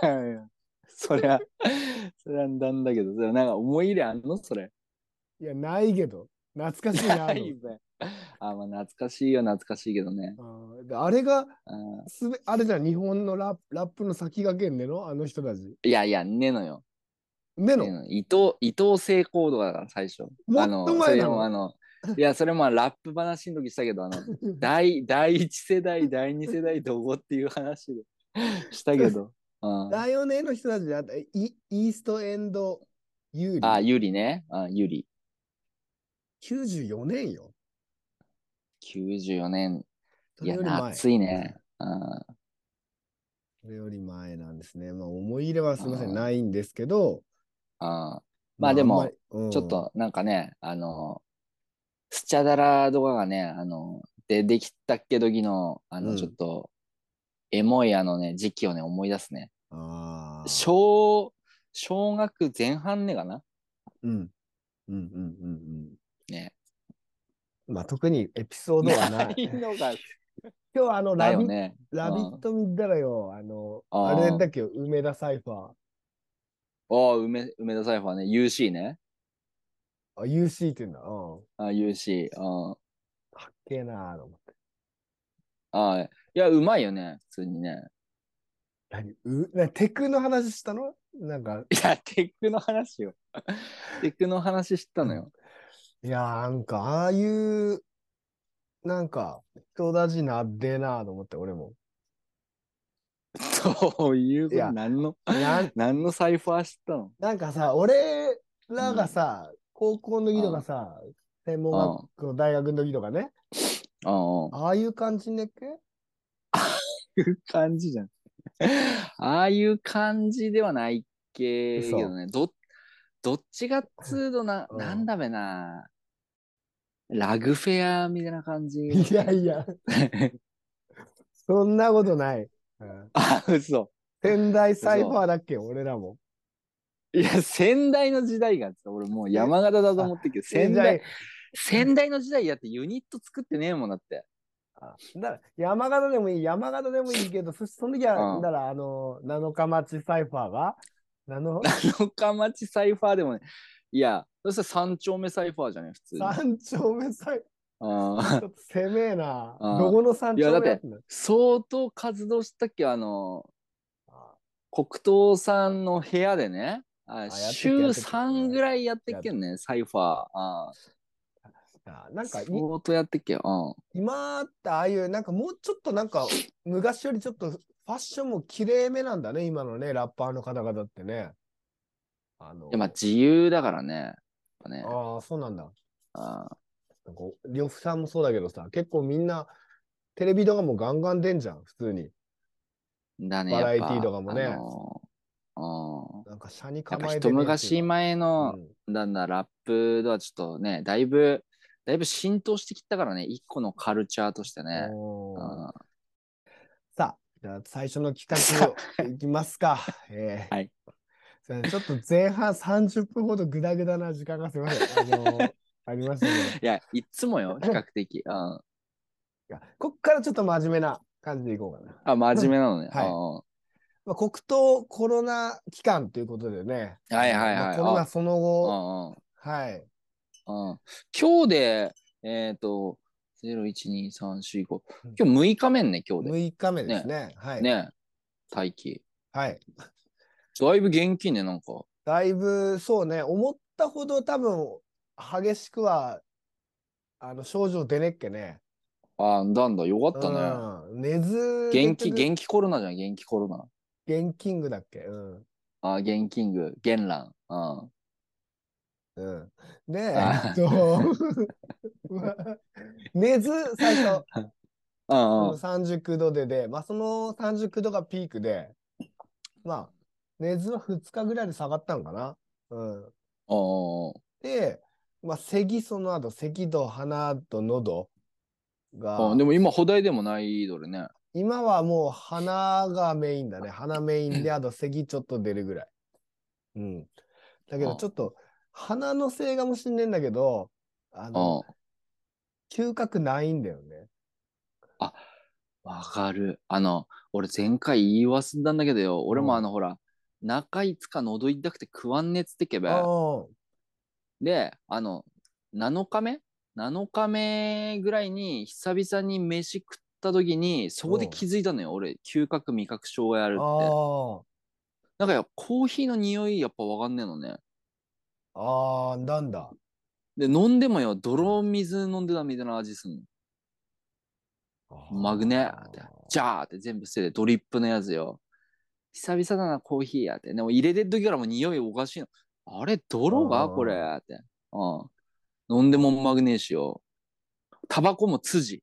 Speaker 2: な。 [laughs] そりゃ、そりゃなんだけど、それなんか思い入れあんのそれ。
Speaker 1: いや、ないけど、懐かしいな。あ
Speaker 2: いい
Speaker 1: の
Speaker 2: ぜ [laughs] あ、まあ懐かしいよ、懐かしいけどね。
Speaker 1: あーであれが
Speaker 2: うん
Speaker 1: すべ、あれじゃん、日本のラップラップの先駆けんねの、あの人たち。
Speaker 2: いやいや、ねえのよ。
Speaker 1: ね
Speaker 2: ねえ
Speaker 1: の、
Speaker 2: の伊藤、伊藤成功とかだから、最初。
Speaker 1: もっ
Speaker 2: あ
Speaker 1: と前な
Speaker 2: の、
Speaker 1: の
Speaker 2: それでもあの、いや、それもラップ話の時したけど、
Speaker 1: [laughs]
Speaker 2: あの、第、第一世代、第二世代どこっていう話でした
Speaker 1: [laughs]
Speaker 2: けど。うん、
Speaker 1: だよねの人たちであった、イイーストエンドユー
Speaker 2: あ、
Speaker 1: リー。
Speaker 2: ゆりね。あ、ゆり。
Speaker 1: 94年よ。
Speaker 2: 94年。
Speaker 1: そ
Speaker 2: い
Speaker 1: れ
Speaker 2: や、
Speaker 1: より前。
Speaker 2: 暑いね。うん
Speaker 1: それより前なんですね。まあ、思い入れはすみませ
Speaker 2: あ
Speaker 1: ん、
Speaker 2: ー
Speaker 1: ないんですけど。
Speaker 2: うんまあでも、
Speaker 1: ち
Speaker 2: ちょっ、となんかね、あの、スチャダラとかがね、あの、で、できたっけ時の、あ
Speaker 1: う
Speaker 2: の、
Speaker 1: ん
Speaker 2: ちょっと、エモいあのね、時期をね、思い出すね。
Speaker 1: うんあー
Speaker 2: 小、小学前半ねかな
Speaker 1: うん。うんうんうんうん。
Speaker 2: ね。
Speaker 1: まあ、特にエピソードはない。
Speaker 2: のが、
Speaker 1: 今日はあの、
Speaker 2: だ
Speaker 1: ラ
Speaker 2: よ
Speaker 1: ビ,、
Speaker 2: ね。
Speaker 1: ラビット見たらよ、あの、
Speaker 2: あ
Speaker 1: あ
Speaker 2: ー
Speaker 1: れだっけよ、梅田サイファ
Speaker 2: ああ、梅梅田サイファーね。UC ね。
Speaker 1: ー。あ、UC って言うんだ。うん。
Speaker 2: あ UC。あ
Speaker 1: かっけえなぁと思って。
Speaker 2: あ。いや、うまいよね。普通にね。
Speaker 1: 何うなテクの話したのなんか、
Speaker 2: いや、テクの話よ。テクの話知ったのよ。
Speaker 1: いやーなんか、ああいう、なんか、人だちなでえなぁと思って、俺も。
Speaker 2: そういうこ
Speaker 1: い
Speaker 2: と
Speaker 1: や
Speaker 2: 何の、
Speaker 1: なん
Speaker 2: 何のサイファー知ったの
Speaker 1: なんかさ、俺らがさ、高校の時とかさ、専門学校、大学の時とかね、
Speaker 2: あああ
Speaker 1: ああいう感じねっけ
Speaker 2: あいう感じじゃん。ああいう感じではないけけどね。ど、どっちがっつうとな、
Speaker 1: うん
Speaker 2: なんだべな。ラグフェアみたいな感じ。
Speaker 1: いやいや、そんなことない。うん
Speaker 2: [laughs] あ、嘘。
Speaker 1: 仙台サイファーだっけ俺らも。
Speaker 2: いや、仙台の時代が、俺もう山形だと思ってるけど、仙台、。仙台の時代やってユニット作ってねえもんだって。
Speaker 1: あだから山形でもいい、山形でもいいけど、そその時は、
Speaker 2: うん
Speaker 1: だからあの、七日町サイファーが、なの
Speaker 2: 十日町サイファーでもね、いや、そしたら三丁目サイファーじゃない、普通に。
Speaker 1: 三丁目サイフ
Speaker 2: あ
Speaker 1: ァー、
Speaker 2: ー
Speaker 1: ちょっと攻めえな。
Speaker 2: うん
Speaker 1: どこの三
Speaker 2: いや
Speaker 1: 丁
Speaker 2: だっ
Speaker 1: 目
Speaker 2: て
Speaker 1: やってんの
Speaker 2: 相当活動したっけ、あの、
Speaker 1: あ
Speaker 2: 黒糖さんの部屋でね、あ
Speaker 1: ってっけ
Speaker 2: 週
Speaker 1: やってっけ
Speaker 2: 3ぐらいやってっけんね、サイファー。あ
Speaker 1: あな
Speaker 2: ー
Speaker 1: んかい、
Speaker 2: 相当やってっけ、うん。
Speaker 1: 今ってああいう、なんかもうちょっとなんか、昔よりちょっとファッションも綺麗めなんだね、今のね、ラッパーの方々ってね。あの
Speaker 2: いや、まあ、自由だからね。やっぱね。
Speaker 1: ああ、そうなんだ。
Speaker 2: あー
Speaker 1: なんか、呂布さんもそうだけどさ、結構みんな、テレビとかもガンガン出んじゃん、普通に。
Speaker 2: だね、
Speaker 1: バラエティ
Speaker 2: やっぱ
Speaker 1: とかもね
Speaker 2: あのーうん
Speaker 1: なんか、車に
Speaker 2: やっぱ
Speaker 1: 構えて
Speaker 2: 一昔前
Speaker 1: の
Speaker 2: の、なんだ、ラップとはちょっとね、だいぶ、だいぶ浸透してきたからね、一個のカルチャーとしてね。うん
Speaker 1: さあ、じゃあ最初の企画をいきますか。えー
Speaker 2: はい
Speaker 1: すいませんちょっと前半30分ほどぐだぐだな時間がすいません。あの
Speaker 2: [laughs]
Speaker 1: ーありましたけど。い
Speaker 2: いや、いつもよ、比較的。うん、
Speaker 1: やこっからちょっと真面目な感じでいこうかな。
Speaker 2: あ、真面目なのね。
Speaker 1: はい
Speaker 2: い、
Speaker 1: まあ、黒糖コロナ期間ということでね。
Speaker 2: はいはいはい
Speaker 1: まあコロナその
Speaker 2: う
Speaker 1: 後、
Speaker 2: んうん
Speaker 1: はい。
Speaker 2: うん今日で、えっ、と、0、1、2、3、4、5。今日6日目ね、今日
Speaker 1: 6日目ですね。はい。
Speaker 2: で。ね、待機。
Speaker 1: はい。
Speaker 2: だいぶ元気ね、なんか。
Speaker 1: だいぶ、そうね、思ったほど多分、激しくは、あの、症状出ねっけね。
Speaker 2: あなんだ、よかったね。
Speaker 1: うん。寝ず、
Speaker 2: 元
Speaker 1: 結
Speaker 2: 気、
Speaker 1: 局
Speaker 2: 元気コロナじゃん、元気コロナ。
Speaker 1: 元キングだっけうん。
Speaker 2: あ、元キング、元蘭。うん。
Speaker 1: うん。で、
Speaker 2: あ
Speaker 1: えっと、 [laughs] まあ寝ず、最初、そ
Speaker 2: うんうん
Speaker 1: の。39度でで、まあ、その39度がピークで、まあ、寝ずは2日ぐらいで下がったのかな。うん。
Speaker 2: おー
Speaker 1: で、まあ、咳、その後、咳と鼻と喉
Speaker 2: あ
Speaker 1: が
Speaker 2: ー、でも今、補題でもないどれね。
Speaker 1: 今はもう鼻がメインだね。鼻メインで、あと咳ちょっと出るぐらい。うん。だけ
Speaker 2: あ
Speaker 1: ど、ちょっと、鼻のせいかもしんねえんだけど、あ
Speaker 2: うん
Speaker 1: の、。嗅覚ないんだよね。
Speaker 2: わかる。あの、俺前回言い忘れたんだけどよ、俺
Speaker 1: う
Speaker 2: も
Speaker 1: ん
Speaker 2: あの、ほら、中5日喉痛くて食わんねっつってけば、
Speaker 1: うん
Speaker 2: で、あの、7日目 ?7 日目ぐらいに久々に飯食った時に、そこで気づいたのよ、俺、嗅覚味覚障害ある
Speaker 1: あ
Speaker 2: って。
Speaker 1: ー
Speaker 2: なんかや、コーヒーの匂いやっぱわかんねえのね。
Speaker 1: あー、なんだ。
Speaker 2: で、飲んでもよ、泥水飲んでたみたいな味すんの。マグネーって、ジャーって全部捨てて、ドリップのやつよ。久々だな、コーヒーやって。でも入れてる時からもう匂いおかしいの。あれ、泥
Speaker 1: あ
Speaker 2: が
Speaker 1: ー
Speaker 2: これって。うん。飲んでもマグネーシオ。タバコも辻。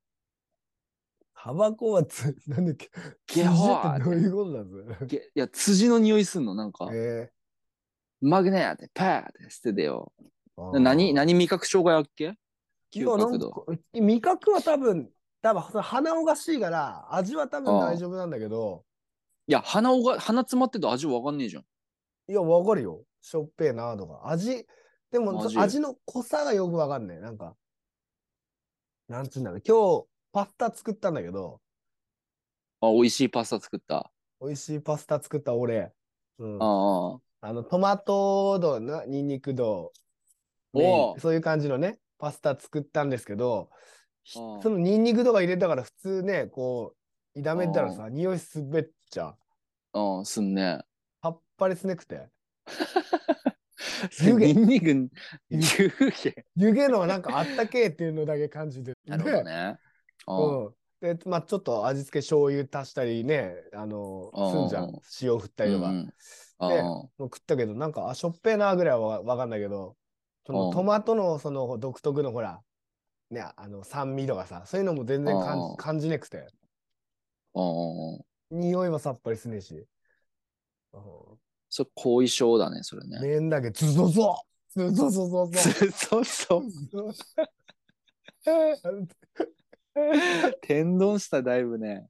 Speaker 1: タバコはつ、 [laughs] なんだっけ、
Speaker 2: ゲホー
Speaker 1: ってどういうことだぞ。
Speaker 2: げいや、辻の匂いすんの、なんか。
Speaker 1: え
Speaker 2: マグネーって、パーって捨ててよ。
Speaker 1: ー、何
Speaker 2: 何、何味覚障害やっけ嗅
Speaker 1: 嗅
Speaker 2: 覚
Speaker 1: 覚
Speaker 2: 度。
Speaker 1: 味覚は多分、多分、その鼻おかしいから、味は多分大丈夫なんだけど、
Speaker 2: いや、鼻をが、鼻詰まってて味わかんねえじゃん。
Speaker 1: いや、わかるよ。しょっぺーなとか。味、でも
Speaker 2: マジ
Speaker 1: そ味の濃さがよくわかんない。なんか、なんつうんだろう。今日、パスタ作ったんだけど、
Speaker 2: あ、美味しいパスタ作った。
Speaker 1: 美味しいパスタ作った俺。うん。
Speaker 2: あ
Speaker 1: あ
Speaker 2: あ。
Speaker 1: の、トマト丼な、ニンニク丼、メイン
Speaker 2: おう
Speaker 1: そういう感じのね、パスタ作ったんですけど、ひ
Speaker 2: うん
Speaker 1: そのニンニクとか入れたから普通ね、こう、炒めたらさ、匂いすべっちゃ、
Speaker 2: うん、すんね。
Speaker 1: さっぱりすねくて。
Speaker 2: ニ
Speaker 1: 湯気
Speaker 2: ンニク、湯気。
Speaker 1: 湯気のなんかあったけえっていうのだけ感じて。
Speaker 2: なるほどね。うん
Speaker 1: うん。で、まあちょっと味付け醤油足したりね、あの、
Speaker 2: うん
Speaker 1: すんじゃ
Speaker 2: うん
Speaker 1: ん。塩振ったりとか。
Speaker 2: うんう
Speaker 1: も
Speaker 2: んあ
Speaker 1: う食ったけど、なんか、あ、しょっぺーなぐらいはわわかんないけど、そうの
Speaker 2: ん
Speaker 1: トマトのその独特のほら、ね、あの、酸味とかさ、そういうのも全然感
Speaker 2: うん
Speaker 1: じ感じなくて。
Speaker 2: あ。うんうんうん。
Speaker 1: 匂いはさっぱりすねえし。うん
Speaker 2: それ、後遺症だね、それね。
Speaker 1: 麺だけズゾゾズゾゾゾゾ
Speaker 2: [laughs] そう [laughs] そう。天丼した、だいぶね。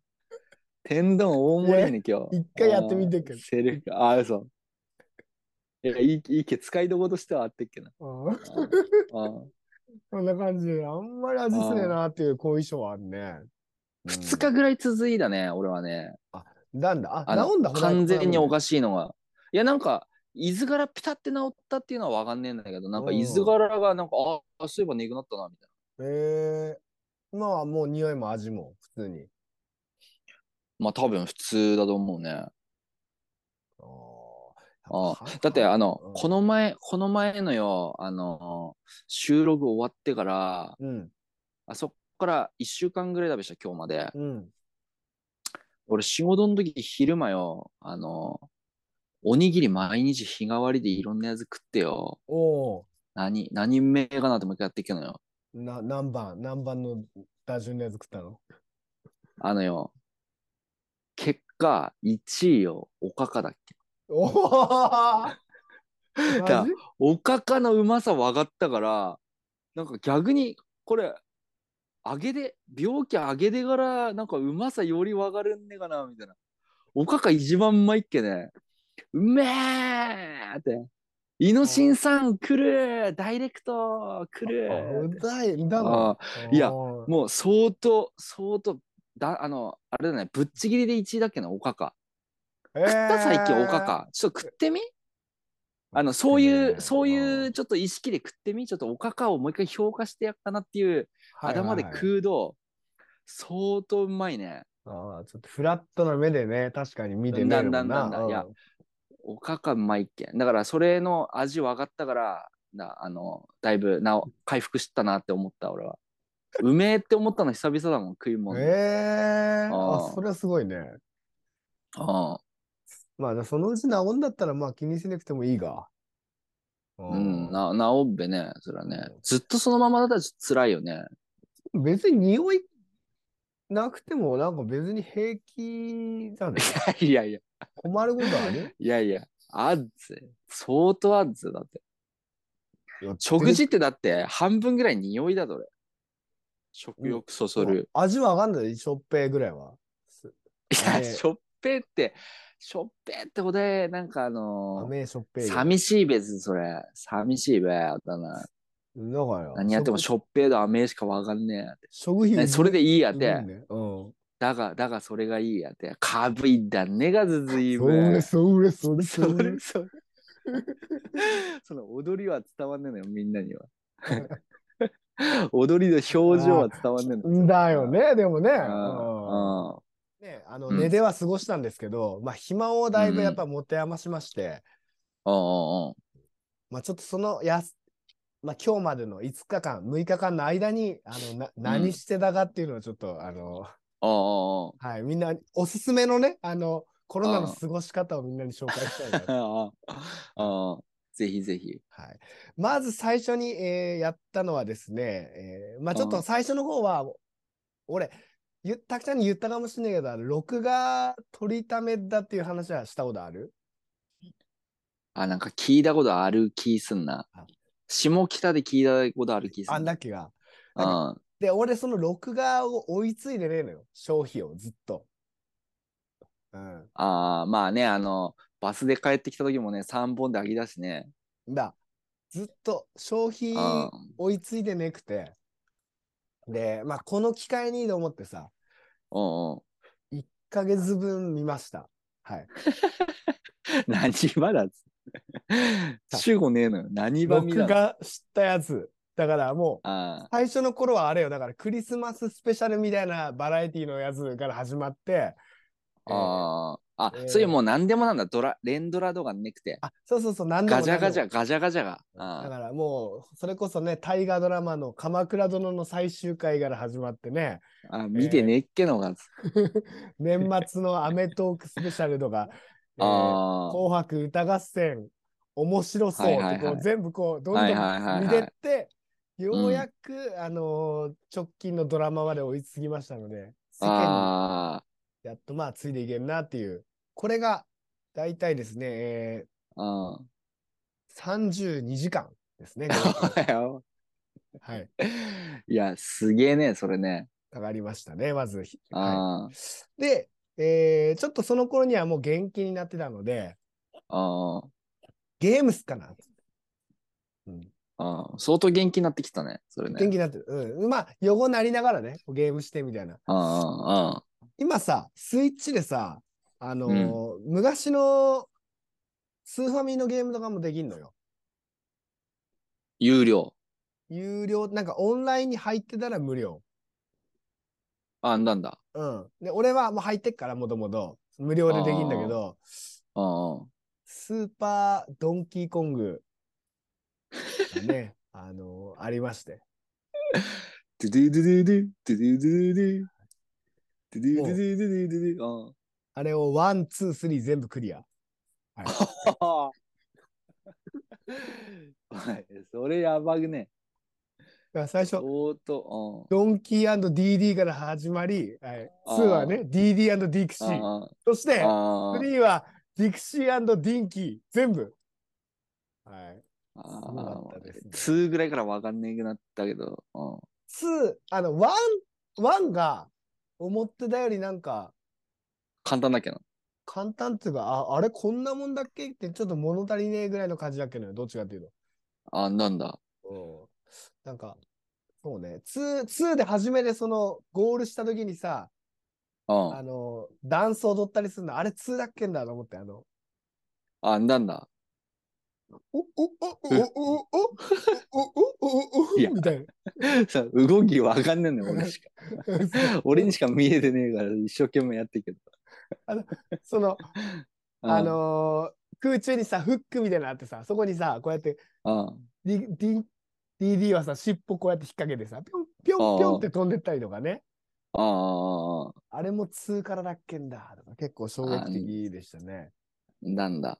Speaker 2: 天丼大盛りやね、今日。
Speaker 1: 一回やってみてっけ
Speaker 2: あーセリフ、ああ、そう。いや、いい、いいけ、使いどころとしてはあってっけな。
Speaker 1: うん
Speaker 2: あーあー
Speaker 1: そんな感じで、あんまり味すねえなっていう後遺症はあるね。
Speaker 2: 二日ぐらい続いたね、俺はね。
Speaker 1: なんだ
Speaker 2: あ
Speaker 1: あ、
Speaker 2: の
Speaker 1: 治んだ
Speaker 2: 完全にお
Speaker 1: か
Speaker 2: かしいのが。いや、なんか、伊豆柄ピタって治ったっていうのは分かんねえんだけど、なんか
Speaker 1: うん
Speaker 2: 伊豆柄がなんか、ああ、そういえばねくなったな、みたい
Speaker 1: ええまあ、もう匂いも味も普通に。
Speaker 2: な。まあ多分普通だと思うね。
Speaker 1: あ
Speaker 2: あ
Speaker 1: ー
Speaker 2: だって、あの、こ、の
Speaker 1: やぱ
Speaker 2: 前、この前のよ、あの、収録終わってから、
Speaker 1: うん、
Speaker 2: あそっから1週間ぐらいだべした、今日まで。
Speaker 1: うん。
Speaker 2: 俺、仕事の時昼間よ、あの、おにぎり毎日日替わりでいろんなやつ食ってよ。
Speaker 1: おお
Speaker 2: 何、何名かなってもう一回やっていけのよ。
Speaker 1: ー、な、何番、何番の打順のやつ食ったの
Speaker 2: あのよ、結果、1位をおかかだっけ。
Speaker 1: おお
Speaker 2: [laughs] だおかかのうまさ分かったから、なんか逆に、これ、揚げで、病気揚げでから、なんかうまさより分かるんねえかな、みたいな。おかか一番うまいっけね。うめえって。イノシンさん来るダイレクト来る
Speaker 1: うざい、うだ
Speaker 2: あ
Speaker 1: の
Speaker 2: いや
Speaker 1: も
Speaker 2: もう相当、相当、だあの、あれだね、ぶっちぎりで1位だっけな、おかか。
Speaker 1: う、
Speaker 2: 食った最近
Speaker 1: え
Speaker 2: おか
Speaker 1: ー。、
Speaker 2: か。ちょっと食ってみあの、そういう、そういううんちょっと意識で食ってみちょっとおかかをもう一回評価してやっかなっていう、頭で
Speaker 1: う。
Speaker 2: 食うと、相当うまいね。
Speaker 1: ああ、ちょっとフラットな目でね、確かに見てみ
Speaker 2: だ
Speaker 1: る
Speaker 2: んだ
Speaker 1: も
Speaker 2: ん
Speaker 1: ん
Speaker 2: だん
Speaker 1: な。
Speaker 2: だんいや
Speaker 1: うん、
Speaker 2: おかかうまいっけん。だから、それの味分かったから、なあの、だいぶなお回復したなって思った、俺は。うめえって思ったの久々だもん、食い物。
Speaker 1: ええ
Speaker 2: あ
Speaker 1: あ、それはすごいね。
Speaker 2: あ
Speaker 1: まあ、そのうち治んだったら、まあ気にしなくてもいいが。
Speaker 2: あ
Speaker 1: う
Speaker 2: うん、な、治っべね、それはね。ずっとそのままだったらちょっと辛いよね。 [laughs]
Speaker 1: 別に匂いなくても、なんか別に平気じゃない
Speaker 2: いやいや、
Speaker 1: 困ることあ
Speaker 2: [laughs]
Speaker 1: る
Speaker 2: いやいや、あっぜ。相当あっぜ、だって。
Speaker 1: いや
Speaker 2: 食事ってだって半分ぐらい匂いだぞ、俺。食欲そそる。
Speaker 1: 味はわかんない、しょっぺーぐらいは。す
Speaker 2: いや、
Speaker 1: ね
Speaker 2: しょっぺって、しょっぺってほで、なんかあのー
Speaker 1: 甘えしょっぺーよ。
Speaker 2: 寂しいべず、それ。寂しいべ、あったな。
Speaker 1: だから、
Speaker 2: 何やってもしょっぺとあめしかわかんねえやって。
Speaker 1: 食費
Speaker 2: ねそれでいいや
Speaker 1: や
Speaker 2: って。
Speaker 1: うん。
Speaker 2: だが、だがそれがいいやって。かぶいだねがずずい
Speaker 1: それ
Speaker 2: べ。
Speaker 1: それそれ
Speaker 2: そ
Speaker 1: それ
Speaker 2: れ、。それ。 [laughs] その踊りは伝わんねえのよ、みんなに [laughs] は。踊りの表情は伝わんねえの。
Speaker 1: んだよね、でもね。うん
Speaker 2: ああ
Speaker 1: ね、あの、
Speaker 2: うん
Speaker 1: 寝では過ごしたんですけど、まあ、暇をだいぶやっぱ持て余しまして、
Speaker 2: あああ
Speaker 1: まあ、ちょっとそのやす、まあ、今日までの5日間、6日間の間に、あの、な何してたかっていうのをちょっと、あの、
Speaker 2: ああ
Speaker 1: はい、みんな、おすすめのね、あの、コロナの
Speaker 2: ああ
Speaker 1: 過ごし方をみんなに紹介したいな [laughs]
Speaker 2: あ。ああああぜひぜひ。
Speaker 1: はい。まず最初に、えーやったのはですね、えーまあ、ちょっ
Speaker 2: ああ
Speaker 1: と最初の方は、俺、ゆたくちゃんに言ったかもしれないけど、あの録画取りためだっていう話はしたことある
Speaker 2: あ、なんか聞いたことある気すんな
Speaker 1: あ。下
Speaker 2: 下北で聞いたことある気すんな。
Speaker 1: あんだっけが。
Speaker 2: あ
Speaker 1: で、俺、その録画を追いついてねえのよ。消費をずっと。うん。
Speaker 2: ああ、まあね、あの、バスで帰ってきた時もね、3本で上げだしね。
Speaker 1: だ、ずっと消費
Speaker 2: あ
Speaker 1: 追いついてねくて。で、まあ、この機会にと思ってさ、
Speaker 2: あ、うんうん。
Speaker 1: 1ヶ月分見ました。はい。
Speaker 2: 何場だっつ主語ねえのよ。何場見
Speaker 1: 僕
Speaker 2: だの
Speaker 1: が知ったやつ。だからもう、
Speaker 2: ああ、
Speaker 1: 最初の頃はあれよ。だからクリスマススペシャルみたいなバラエティのやつから始まって、えー
Speaker 2: ああ、あ、
Speaker 1: えー
Speaker 2: そういうもう何でもなんだ。ドラ、連ドラとかなくて。
Speaker 1: あ、そうそうそう、何でも
Speaker 2: ガチャガチ
Speaker 1: 何
Speaker 2: ャ、ガチャガチャが。
Speaker 1: でもだ
Speaker 2: あ
Speaker 1: からもう、それこそね、大河ドラマの鎌倉殿の最終回から始まってね、
Speaker 2: あ、あ見てねっけのが。
Speaker 1: 年末のアメトークスペシャルと
Speaker 2: [laughs]
Speaker 1: か、えー
Speaker 2: ああ、
Speaker 1: 紅白歌合戦面白そうってこう、
Speaker 2: はいはいはい
Speaker 1: 全部こうどんどん
Speaker 2: はいはいはいはい
Speaker 1: 見てって、ようやく、あのー直近のドラマまで追いつきましたので世間
Speaker 2: あ
Speaker 1: にやっとまあついでいけるなっていうこれが大体ですね、え
Speaker 2: あ、あ
Speaker 1: ー、32時間です
Speaker 2: [laughs]
Speaker 1: ね
Speaker 2: あ。
Speaker 1: はい
Speaker 2: いや、すげえね、それね。
Speaker 1: かかりましたねまず、は
Speaker 2: あ
Speaker 1: い、で、えーちょっとその頃にはもう元気になってたので
Speaker 2: あ、ああ
Speaker 1: ゲームっすかな、うん、
Speaker 2: ああ、相当元気になってきたね、それ
Speaker 1: 元
Speaker 2: ね。
Speaker 1: 気になってる、うん、まあ横なりながらねゲームしてみたいな
Speaker 2: ああ、ああ、
Speaker 1: 今さ、スイッチでさ、あのー昔のスーファミのゲームとかもできんのよ。
Speaker 2: 有料。
Speaker 1: 有料、なんかオンラインに入ってたら無料。
Speaker 2: あ、なんだ。
Speaker 1: うん。で、俺はもう入ってっから、もともと。無料でできんだけど、
Speaker 2: ああ、
Speaker 1: スーパードンキーコングがね、あのーありまして。
Speaker 2: ドゥドゥドゥドゥドゥドゥドゥドゥドゥドゥドゥドゥドゥドゥ
Speaker 1: あれをワン、ツー、スリー全部クリア。
Speaker 2: あ
Speaker 1: [laughs]
Speaker 2: あ。はい、それやばくね。
Speaker 1: だから最初、
Speaker 2: 相当、
Speaker 1: ドンキー &DD から始まり、はい、
Speaker 2: あー
Speaker 1: 2はね、DD&D クシ
Speaker 2: うん。
Speaker 1: ー。
Speaker 2: あ
Speaker 1: そして、
Speaker 2: あ、あ
Speaker 1: 3はディクシーディンキー全部。はい。
Speaker 2: あ、2ぐらいからわかんねえくなったけど、うん。
Speaker 1: 2、あの、1、1が思ってたよりなんか
Speaker 2: 簡単だっけな。
Speaker 1: 簡単っていうか、ああれこんなもんだっけってちょっと物足りねえぐらいの感じだっけのよ。どっちかっていう
Speaker 2: あ、なんだ。
Speaker 1: と。うん。なんか、そうね。2、2で初めてそのゴールした時にさ、
Speaker 2: うん。
Speaker 1: あの、ダンス踊ったりするの、あれ2だっけんだと思って、あの、
Speaker 2: あ、なんだ。
Speaker 1: お、お、お、お、お、お、お、お、お、お、みたいな。
Speaker 2: さ動きわかんねえんだよ、俺しか。俺にしか見えてねえから、一生懸命やってるけど。
Speaker 1: その、
Speaker 2: うん
Speaker 1: あ、のー空中にさ、フックみたいなのあってさ、そこにさ、こうやって、
Speaker 2: うん。
Speaker 1: D、D、DD はさ、尻尾こうやって引っ掛けてさ、ぴょんぴょんぴょんって飛んでったりとかね。
Speaker 2: ああ、
Speaker 1: あれも2からだっけんだ。とか結構衝撃的でしたね。
Speaker 2: なんだ。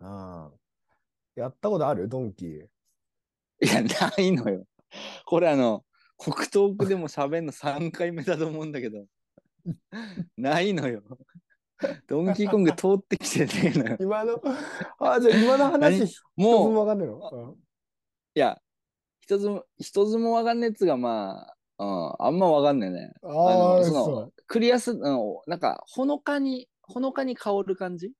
Speaker 1: うん。やったことあるドンキー。
Speaker 2: いや、ないのよ。これあの、国東区でも喋んの3回目だと思うんだけ
Speaker 1: [laughs]
Speaker 2: ど、ないのよ。ドンキーコング通ってきてねえのよ。
Speaker 1: 今の、あ、じゃあ今の話、
Speaker 2: 何
Speaker 1: 一つも
Speaker 2: もう、
Speaker 1: わかんないの、
Speaker 2: いや、一つも、一つもわかんねえっつうが、まあ、うん、あんまわかんねえね。
Speaker 1: うん、あ
Speaker 2: あ
Speaker 1: あ、
Speaker 2: のその
Speaker 1: そう。
Speaker 2: クリアす、うん、なんか、ほのかに、ほのかに香る感じ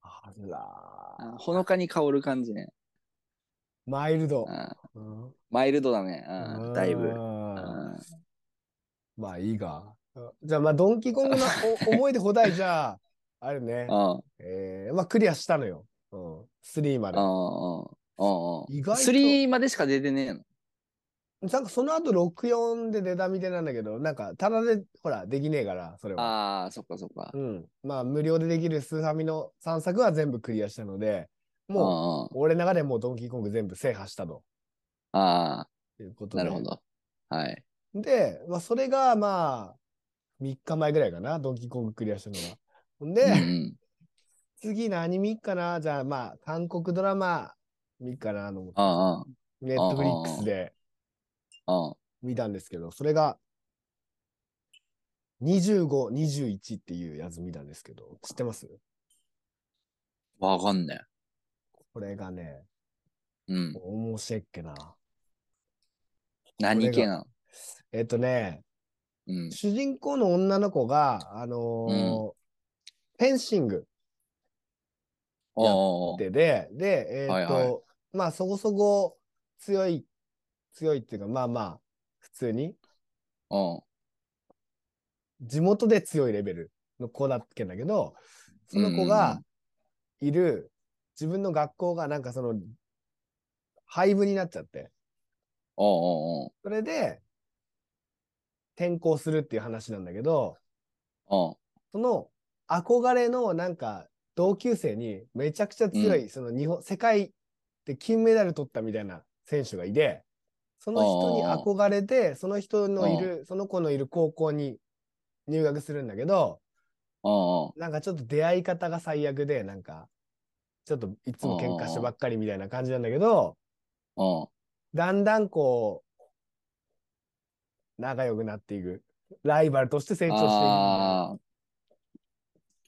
Speaker 1: あらー
Speaker 2: あほのかに香る感じね。
Speaker 1: マイルド。
Speaker 2: あ
Speaker 1: うん
Speaker 2: マイルドだね。あだいぶ。
Speaker 1: うん
Speaker 2: あ
Speaker 1: まあいいが。じゃあまあドンキーコングのお [laughs] 思い出ほだいじゃあ、あるね。
Speaker 2: あ
Speaker 1: えー、まあクリアしたのよ。うん。3まで。
Speaker 2: ああ
Speaker 1: 意外と
Speaker 2: 3までしか出てねえの。
Speaker 1: なんかその後64で出たみたいなんだけど、なんかただで、ほら、できねえから、それは。
Speaker 2: ああ、そっかそっか。
Speaker 1: うん。まあ無料でできるスーファミの3作は全部クリアしたので、もう、
Speaker 2: あ
Speaker 1: 俺の中でもうドンキーコング全部制覇したと
Speaker 2: ああ
Speaker 1: いうこと
Speaker 2: あ、
Speaker 1: で。
Speaker 2: なるほど。はい。
Speaker 1: で、まあそれがまあ、3日前ぐらいかな、ドンキーコングクリアしたのが。ほんで、
Speaker 2: うん
Speaker 1: 次何見っかなじゃあまあ、韓国ドラマ見っかなと思って、
Speaker 2: あ
Speaker 1: ネットフリックスで
Speaker 2: あ、ああ、
Speaker 1: 見たんですけど、それが、25、21っていうやつ見たんですけど、知ってます
Speaker 2: わかんね
Speaker 1: これがね、
Speaker 2: え。うん。
Speaker 1: 面白いっけな。
Speaker 2: 何系なの
Speaker 1: えっとね、
Speaker 2: うん。
Speaker 1: 主人公の女の子が、あのーフェンシング
Speaker 2: おお
Speaker 1: でで、で、えーっと、
Speaker 2: はいは
Speaker 1: まあそこそこ強い、強いっていうか、まあまあ、普通に、
Speaker 2: お
Speaker 1: 地元で強いレベルの子だっけんだけど、その子がいる自分の学校がなんかその、廃部になっちゃって、
Speaker 2: おうおう
Speaker 1: それで、転校するっていう話なんだけど、
Speaker 2: おう
Speaker 1: その憧れのなんか同級生にめちゃくちゃ強い、その日本、世界で金メダル取ったみたいな選手がいて、その人に憧れて、その人のいる、その子のいる高校に入学するんだけど、
Speaker 2: おう
Speaker 1: なんかちょっと出会い方が最悪で、なんか、ちょっといつも喧嘩してばっかりみたいな感じなんだけど、
Speaker 2: おう
Speaker 1: だんだんこう、仲良くなっていく。ライバルとして成長していくみたいな
Speaker 2: ああー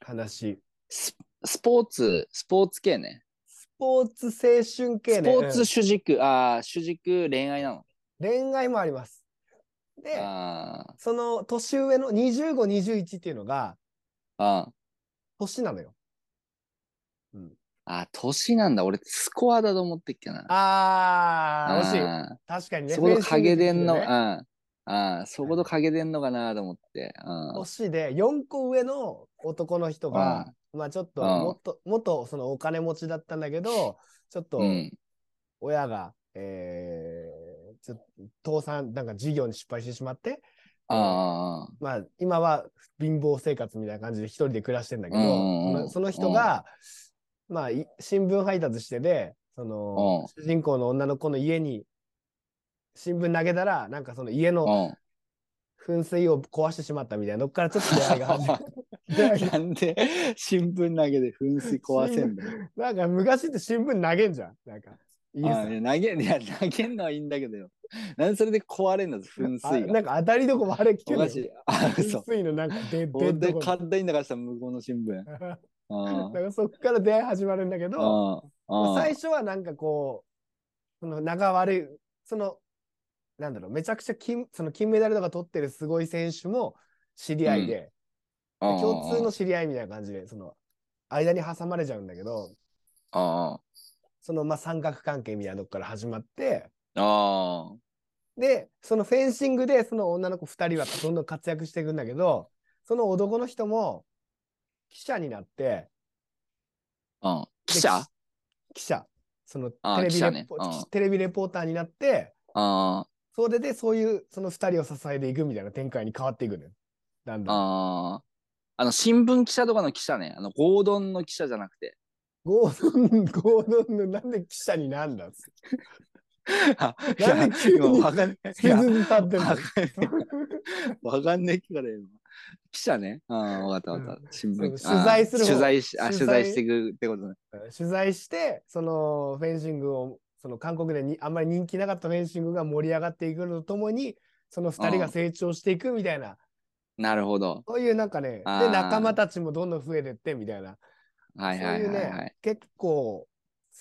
Speaker 1: 話。
Speaker 2: ススポーツスポーツ系ね
Speaker 1: スポーツ青春系
Speaker 2: ス
Speaker 1: ね。
Speaker 2: ポーツ
Speaker 1: うん
Speaker 2: 主軸、ああ主軸恋愛なの
Speaker 1: 恋愛もあります。で、
Speaker 2: あー
Speaker 1: その年上の25、21っていうのが
Speaker 2: あー
Speaker 1: 年なのよ。
Speaker 2: あー年なんだ俺スコアだと思ってっけな
Speaker 1: あー、惜しい。
Speaker 2: あー
Speaker 1: 確かにね。
Speaker 2: そこと陰でんの、
Speaker 1: フェンシングっていうね
Speaker 2: ああああそこと陰でんのかなと思って、うん
Speaker 1: 年で4個上の男の人が、まあちょっと
Speaker 2: うん
Speaker 1: もっと、元そのお金持ちだったんだけど、ちょっと
Speaker 2: うん
Speaker 1: 親が、えー、ちょっと倒産、なんか事業に失敗してしまって、
Speaker 2: あ
Speaker 1: まあ、今は貧乏生活みたいな感じで一人で暮らしてんだけど、
Speaker 2: うん
Speaker 1: そ
Speaker 2: うんうん
Speaker 1: のその人が、まあ、い新聞配達してで、その、主人公の女の子の家に、新聞投げたら、なんかその家
Speaker 2: あ
Speaker 1: の
Speaker 2: あ
Speaker 1: 噴水を壊してしまったみたいな、どっからちょっと出会いが始まる。出会い
Speaker 2: うん [laughs] なんで新聞投げで噴水壊せんだよ
Speaker 1: なんか昔って新聞投げんじゃん。なんか、家
Speaker 2: あ
Speaker 1: さ
Speaker 2: あいや投げいや投げんのはいいんだけどよなんでそれで壊れんの噴
Speaker 1: あ
Speaker 2: 水
Speaker 1: な
Speaker 2: が
Speaker 1: んか当たりどこもあれ聞
Speaker 2: お
Speaker 1: けな
Speaker 2: か
Speaker 1: い
Speaker 2: し
Speaker 1: よ。
Speaker 2: いあ
Speaker 1: 噴
Speaker 2: 嘘
Speaker 1: 水のなんかで、
Speaker 2: ほ
Speaker 1: で
Speaker 2: んで
Speaker 1: どこ
Speaker 2: 勝手にだからさ向こう
Speaker 1: [laughs]
Speaker 2: の新聞あ
Speaker 1: なんかそっから出会い始まるんだけど、
Speaker 2: あああ
Speaker 1: 最初はなんかこう、その仲悪い、その、なんだろう、めちゃくちゃ金その金メダルとか取ってるすごい選手も知り合いで、
Speaker 2: ああ
Speaker 1: で共通の知り合いみたいな感じで、その、間に挟まれちゃうんだけど、
Speaker 2: あ
Speaker 1: その、まあ、三角関係みたいなとこから始まって、
Speaker 2: ああ
Speaker 1: で、そのフェンシングで、その女の子二人はどんどん活躍していくんだけど、その男の人も、記者になって、
Speaker 2: あうん
Speaker 1: で
Speaker 2: 記者あ
Speaker 1: 記者、その、テ
Speaker 2: あー
Speaker 1: レ
Speaker 2: 記
Speaker 1: ビ
Speaker 2: 者
Speaker 1: レ
Speaker 2: ね
Speaker 1: ポ、
Speaker 2: うん
Speaker 1: テレビレポーターになって、
Speaker 2: あ
Speaker 1: それでそういうその二人を支えていくみたいな展開に変わっていくのよ。だんだん。
Speaker 2: あああの新聞記者とかの記者ねあのゴードンの記者じゃなくて
Speaker 1: ゴードン、 [laughs] ゴードンのなんで記者になんだっつって
Speaker 2: あ
Speaker 1: [laughs]
Speaker 2: い
Speaker 1: な
Speaker 2: や
Speaker 1: んで急に
Speaker 2: 今わかんねえ。いや
Speaker 1: 傷に立ってんの
Speaker 2: わかんねえ。わかんねえから今。記者ね。うん、わかったわかった。新聞
Speaker 1: そう
Speaker 2: 記者。
Speaker 1: 取材する
Speaker 2: あ
Speaker 1: 方
Speaker 2: 取材し、あ、
Speaker 1: 取材
Speaker 2: 取材していくってことね。
Speaker 1: 取材して、そのフェンシングを、その韓国でにあんまり人気なかったフェンシングが盛り上がっていくのとともに、その二人が成長していくみたいな、
Speaker 2: なるほど。
Speaker 1: そういうなんかね、
Speaker 2: あ
Speaker 1: で、
Speaker 2: ー
Speaker 1: 仲間たちもどんどん増えてってみたいな、
Speaker 2: はいはい
Speaker 1: そうい
Speaker 2: は
Speaker 1: う
Speaker 2: い、はい
Speaker 1: ね、結構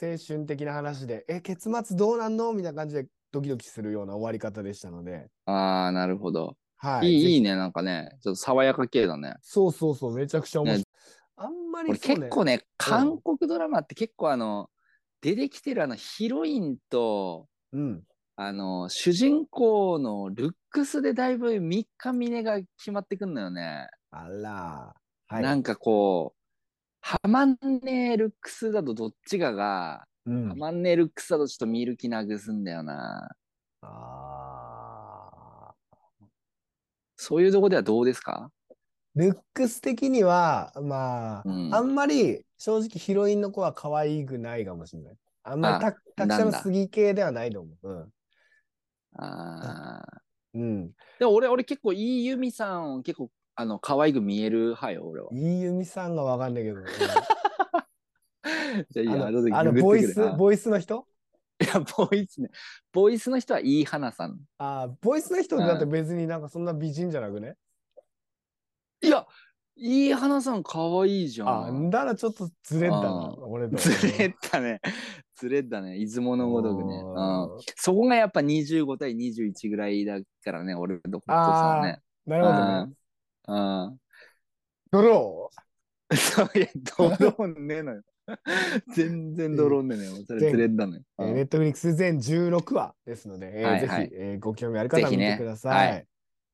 Speaker 1: 青春的な話で、え、結末どうなんのみたいな感じでドキドキするような終わり方でしたので、
Speaker 2: ああ、なるほど。
Speaker 1: はい。
Speaker 2: いい、
Speaker 1: ぜひ
Speaker 2: いいね。なんかね、ちょっと爽やか系だね。
Speaker 1: そうそうそう、めちゃくちゃ面白い。
Speaker 2: ね
Speaker 1: あんまり
Speaker 2: 俺
Speaker 1: そう、
Speaker 2: 結
Speaker 1: ね、
Speaker 2: 構ね、韓国ドラマって結構あの、出てきてるあのヒロインと、
Speaker 1: うん。
Speaker 2: あの、主人公のルックスでだいぶ三日峰が決まってくんのよね。
Speaker 1: あら。
Speaker 2: なんかこう、ハマんねえルックスだとどっちかが、
Speaker 1: うん
Speaker 2: ハマんねえルックスだとちょっと見る気なぐすんだよな。
Speaker 1: あ
Speaker 2: そういうとこではどうですか
Speaker 1: ールックス的には、まあ、
Speaker 2: うん
Speaker 1: あんまり正直ヒロインの子は可愛くないかもしれない。あんまりたたくさん
Speaker 2: なん
Speaker 1: の
Speaker 2: だ
Speaker 1: 杉系ではないと思う。
Speaker 2: あー
Speaker 1: うん。
Speaker 2: でも俺、俺結構いいユミさんを結構、あの、可愛く見える派よ、俺は
Speaker 1: う。ん。いい由美さんがわかんないけ
Speaker 2: [laughs]
Speaker 1: ど。うん
Speaker 2: じゃあい
Speaker 1: あ
Speaker 2: や、後で
Speaker 1: の、あの
Speaker 2: グ
Speaker 1: ボ
Speaker 2: グっ
Speaker 1: イ
Speaker 2: てく
Speaker 1: ス
Speaker 2: れあ、
Speaker 1: ボイスの人
Speaker 2: いや、ボイスね。ボイスの人はいい花さん。
Speaker 1: あーボイスの人だって別になんかそんな美人じゃなくね。
Speaker 2: いや、いい花さん可愛いじゃ
Speaker 1: あ、
Speaker 2: ん。
Speaker 1: ならちょっとずれたな、
Speaker 2: あー
Speaker 1: 俺と。
Speaker 2: ずれったね。ずれったね。出雲のごとくね。うん。そこがやっぱ25対21ぐらいだからね、俺のことさね。
Speaker 1: うん。なるほどね。
Speaker 2: うん。 [laughs]
Speaker 1: ドロ
Speaker 2: そういや、ドローンねえのよ。 [laughs] 全然ドローンねえのよ。それずれだのよ。
Speaker 1: ー、
Speaker 2: う
Speaker 1: ネ
Speaker 2: ん
Speaker 1: ットフリックス全16話ですので、えー
Speaker 2: はい
Speaker 1: ぜひ、
Speaker 2: はい
Speaker 1: えーご興味ある方は
Speaker 2: ぜひ
Speaker 1: 見
Speaker 2: ね
Speaker 1: [laughs] てください。
Speaker 2: は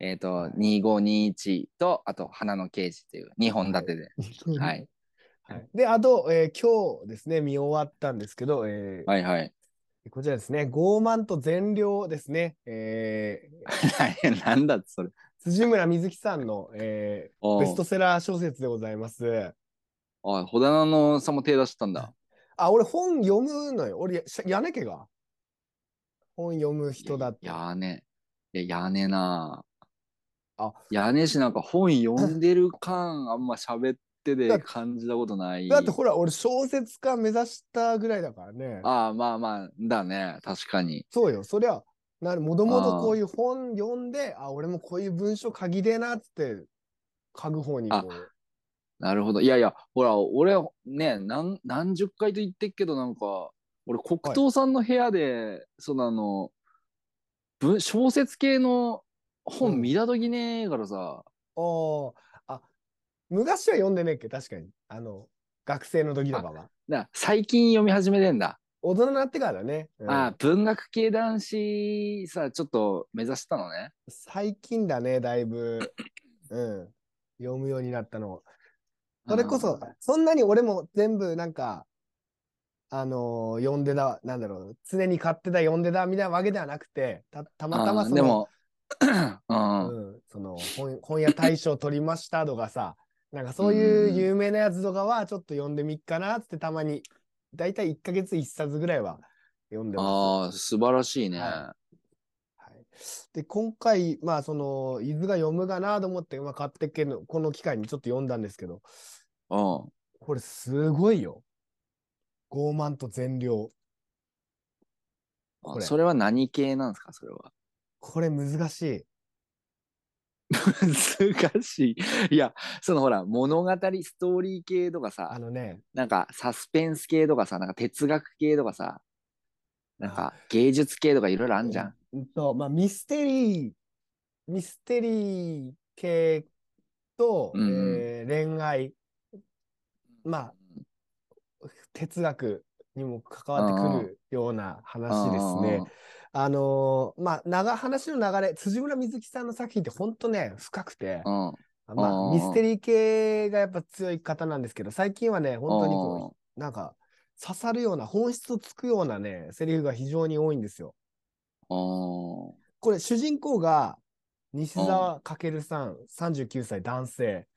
Speaker 2: えっ、と、2521と、あと、花の刑事っていう2本立てで。は。い。
Speaker 1: はいで、あと、えー今日ですね、見終わったんですけど、えー
Speaker 2: はいはい。 [laughs]
Speaker 1: こちらですね、傲慢と善良ですね、えー
Speaker 2: なんだそれ。
Speaker 1: 辻村瑞希さんの、えー
Speaker 2: おう
Speaker 1: ベストセラー小説でございます。
Speaker 2: あ、ほだなのさんも手出したんだ。
Speaker 1: あ、俺本読むのよ。俺、しやねけが。本読む人だっ
Speaker 2: いや
Speaker 1: た。
Speaker 2: やーね。いや、やねな
Speaker 1: あ
Speaker 2: やねしなんか本読んでる感、あんま喋ってで感じたことない。
Speaker 1: だってほら、俺小説家目指したぐらいだからね。
Speaker 2: ああ、まあまあ、だね。確かに。
Speaker 1: そうよ、そりゃ、なる、もとも
Speaker 2: あ
Speaker 1: と
Speaker 2: ー
Speaker 1: こういう本読んで、あ俺もこういう文章書きでえなっつって、書く方にこう。
Speaker 2: なるほど。いやいや、ほら、俺、ね、何、何十回と言ってっけど、なんか、俺、黒糖さんの部屋で、そのあの、文小説系の
Speaker 1: う
Speaker 2: 本
Speaker 1: ん
Speaker 2: 見たときねえからさ、
Speaker 1: おーあ、昔は読んでねえっけ、確かに。あの、学生の時とかは。
Speaker 2: な最近読み始めてんだ。
Speaker 1: 大人になってからだね。うん
Speaker 2: ああ、文学系男子さ、ちょっと目指したのね。
Speaker 1: 最近だね、だいぶ。うん。読むようになったの。それこそ、そんなに俺も全部なんか、あのー読んでた、なんだろう、常に買ってた、読んでた、みたいなわけではなくて、たた
Speaker 2: うん、
Speaker 1: またま
Speaker 2: うん
Speaker 1: そ
Speaker 2: で
Speaker 1: の、 [clears throat]
Speaker 2: も、うん、
Speaker 1: うん、その本本屋大賞取りましたとかさ、 [laughs] なんかそういう有名なやつとかはちょっと読んでみっかなっつってたまに、だいたい1ヶ月1冊ぐらいは読んでます。
Speaker 2: ああ、素晴らしいね。
Speaker 1: ははい、で、今回、まあその、伊豆が読むかなと思って、まあ、買ってっけの、この機会にちょっと読んだんですけど、
Speaker 2: うん。
Speaker 1: これすごいよ。傲慢と善良。これ
Speaker 2: それは何系なんですか、それは。 [laughs]
Speaker 1: これ難しい。
Speaker 2: 難しい。いや、そのほら、物語、ストーリー系とか
Speaker 1: あ
Speaker 2: さ、
Speaker 1: のね、
Speaker 2: なんかサスペンス系とかさ、なんか哲学系とかさ、なんか芸術系とかいろいろあんじゃん。
Speaker 1: うんと、まあ、ミステリー、ミステリー系と、
Speaker 2: うんうん
Speaker 1: えー恋愛、まあ、哲学にも関わってくるような話ですね。あのーまあ、長、話の流れ、辻村瑞希さんの作品って本当ね、深くて、
Speaker 2: うん。うん。
Speaker 1: ま
Speaker 2: う
Speaker 1: あ、
Speaker 2: ん
Speaker 1: ミステリー系がやっぱ強い方なんですけど、最近はね、本当にこう、
Speaker 2: こ
Speaker 1: なんか、刺さるような、本質をつくようなね、セリフが非常に多いんですよ。
Speaker 2: うん。
Speaker 1: これ、主人公が、西澤翔さん、39歳男性なんです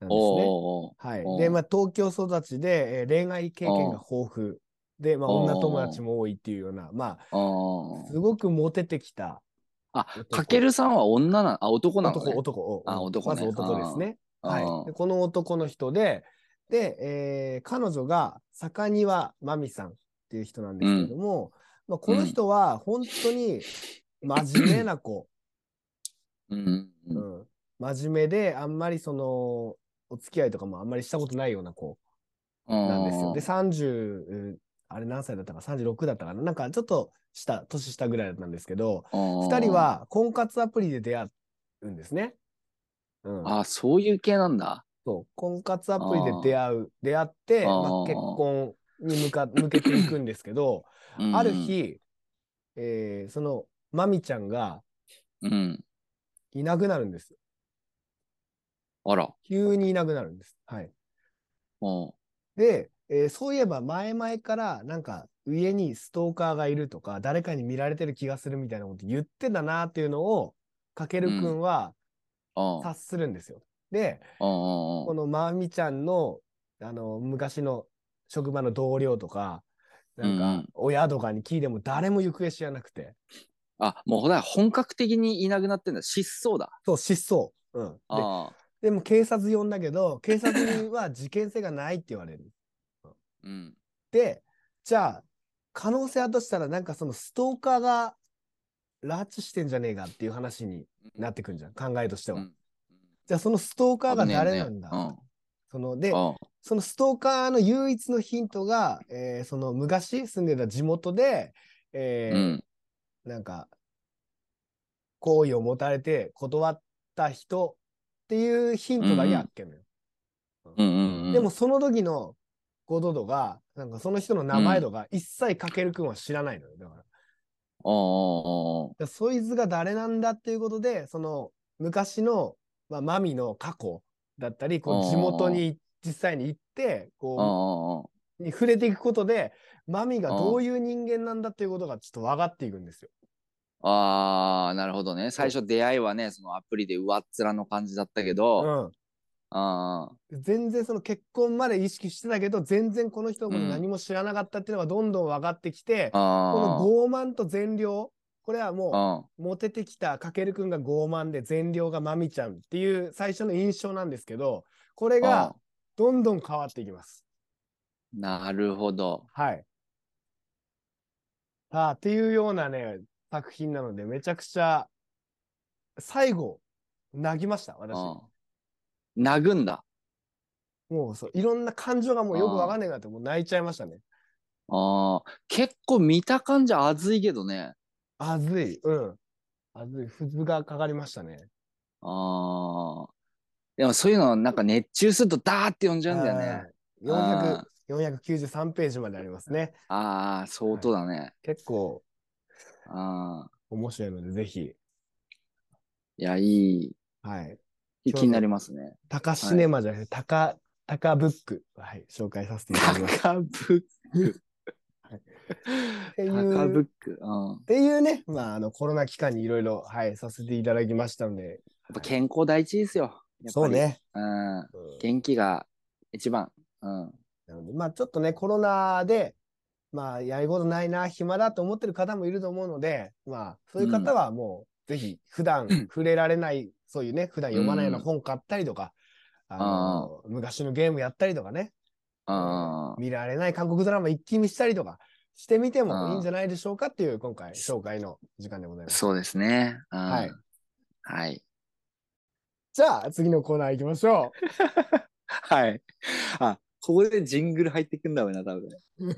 Speaker 1: ね。
Speaker 2: おーおーおー
Speaker 1: はい
Speaker 2: お。う
Speaker 1: で、まあ、東京育ちで、えー恋愛経験が豊富。で、まあ、
Speaker 2: おう
Speaker 1: 女友達も多いっていうような、ま
Speaker 2: お
Speaker 1: あ、
Speaker 2: ー
Speaker 1: すごくモテてきた
Speaker 2: あ
Speaker 1: 男、
Speaker 2: かけるさんは女な、あ、男なの、ね、
Speaker 1: 男、男を。
Speaker 2: あ
Speaker 1: うん
Speaker 2: 男
Speaker 1: ま
Speaker 2: ね
Speaker 1: ず男ですね。はい、
Speaker 2: う
Speaker 1: で
Speaker 2: ん
Speaker 1: この男の人で、で、えー彼女が坂庭真美さんっていう人なんですけれども、まあ、この人は本当に真面目な子、
Speaker 2: うん。う
Speaker 1: うんん、真面目で、あんまりその、お付き合いとかもあんまりしたことないような子なんですよ。で、30、うんあれ何歳だったか、36だったかな、なんかちょっと下、年下ぐらいなんですけど、
Speaker 2: 二
Speaker 1: 2人、は婚活アプリで出会うんですね。うん、
Speaker 2: あ、そういう系なんだ。
Speaker 1: そう、婚活アプリで出会う、出会って、まあ
Speaker 2: あー
Speaker 1: 結婚に向か、向けていくんですけど、
Speaker 2: うん
Speaker 1: ある、日、えーその、まみちゃんが
Speaker 2: うん。
Speaker 1: いなくなるんです。
Speaker 2: あら。
Speaker 1: 急にいなくなるんです。はい。
Speaker 2: うん
Speaker 1: で、えーそういえば前々から、なんか、家にストーカーがいるとか、誰かに見られてる気がするみたいなこと言ってたなっていうのを、かけるくんは
Speaker 2: うん。
Speaker 1: 察するんですよ。で、
Speaker 2: うん
Speaker 1: このまみちゃんの、あの、昔の職場の同僚とか、なん
Speaker 2: うんう
Speaker 1: か
Speaker 2: ん、
Speaker 1: 親とかに聞いても誰も行方知らなくて。
Speaker 2: あ、もうほら、本格的にいなくなってんだ。失踪だ。
Speaker 1: そう、失踪。うん。で、
Speaker 2: ああ。
Speaker 1: でも警察呼んだけど、警察には事件性がないって言われる。
Speaker 2: うん。
Speaker 1: で、じゃあ、可能性あるとしたら、なんかそのストーカーが拉致してんじゃねえかっていう話になってくるじゃん。考えとしては。
Speaker 2: うん
Speaker 1: じゃあ、そのストーカーが
Speaker 2: 危ねえね
Speaker 1: 誰なんだ、
Speaker 2: うん。
Speaker 1: その、で、
Speaker 2: うん
Speaker 1: そのストーカーの唯一のヒントが、えーその昔住んでた地元で、え
Speaker 2: う
Speaker 1: ー
Speaker 2: ん。
Speaker 1: なんか、好意を持たれて断った人っていうヒントだけあっけのよ。
Speaker 2: うんうんうん。
Speaker 1: でも、その時のゴドドが、なんかその人の名前とか一切かけるくんは知らないのよ。だから、だか
Speaker 2: ああ。
Speaker 1: らそいつが誰なんだっていうことで、その昔の、まあ、マミの過去だったり、こ
Speaker 2: あ
Speaker 1: う
Speaker 2: ー
Speaker 1: 地元に実際に行って、こ
Speaker 2: ああ
Speaker 1: う、に触れていくことで、マミがどういう人間なんだっていうことがちょっと分かっていくんですよ。
Speaker 2: ああ、なるほどね。最初出会いはね、そのアプリで上っ面の感じだったけ
Speaker 1: う
Speaker 2: ど、
Speaker 1: ん。
Speaker 2: あ
Speaker 1: 全然その結婚まで意識してたけど、全然この人のこと
Speaker 2: うん
Speaker 1: 何も知らなかったっていうのがどんどん分かってきて
Speaker 2: あ、、あ
Speaker 1: こ
Speaker 2: あ、
Speaker 1: の傲慢と善良、これはも
Speaker 2: あ
Speaker 1: う、モテてきたかけるくんが傲慢で善良がまみちゃんっていう最初の印象なんですけど、これ
Speaker 2: あ、ああ
Speaker 1: がどんどん変わっていきます。
Speaker 2: なるほど。
Speaker 1: はい。さあ、っていうようなね、作品なので、めちゃくちゃ、最後、泣きました、私。
Speaker 2: ああ殴んだ。
Speaker 1: もうそう、いろんな感情がもうよくわかんないなって、もう泣いちゃいましたね。
Speaker 2: ああ、結構見た感じあずいけどね。
Speaker 1: あずい。うん。あずい。ふずがかかりましたね。
Speaker 2: ああ。でもそういうのなんか熱中するとダーって呼んじゃうんだよね。
Speaker 1: はい。400 493ページまでありますね。
Speaker 2: ああ、相当だね。
Speaker 1: 結構
Speaker 2: ああ。
Speaker 1: 面白いので、ぜひ。
Speaker 2: いや、いい。
Speaker 1: はい。
Speaker 2: いい気になりますね。
Speaker 1: タカシネマじゃなくて、タカ、タカブック。はい。紹介させていただきます。っ
Speaker 2: 高ブック。
Speaker 1: てい
Speaker 2: 高
Speaker 1: う
Speaker 2: ブック。うん。
Speaker 1: っていうね、まあ、あの、コロナ期間にいろいろ、はい、させていただきましたので。
Speaker 2: やっぱ健康第一ですよ。やっぱり。
Speaker 1: ね。
Speaker 2: うん。
Speaker 1: うん
Speaker 2: 元気が一番。うん。
Speaker 1: なので、まあ、ちょっとね、コロナで、まあ、やることないな、暇だと思ってる方もいると思うので、まあ、そういう方はもう、ぜひ、普段触れられない、そういうね、普段読まないような
Speaker 2: うん
Speaker 1: 本買ったりとか、あの、昔のゲームやったりとかね、
Speaker 2: あ
Speaker 1: 見られない韓国ドラマ一気見したりとか、してみてもいいんじゃないでしょうかっていう、今回、紹介の時間でござい
Speaker 2: あ、
Speaker 1: ます。
Speaker 2: そうですね。うん
Speaker 1: はい。
Speaker 2: はい。
Speaker 1: じゃあ、次のコーナー行きましょ
Speaker 2: はい。あ、ここでジングル入ってくんだろうな、多分。
Speaker 1: う。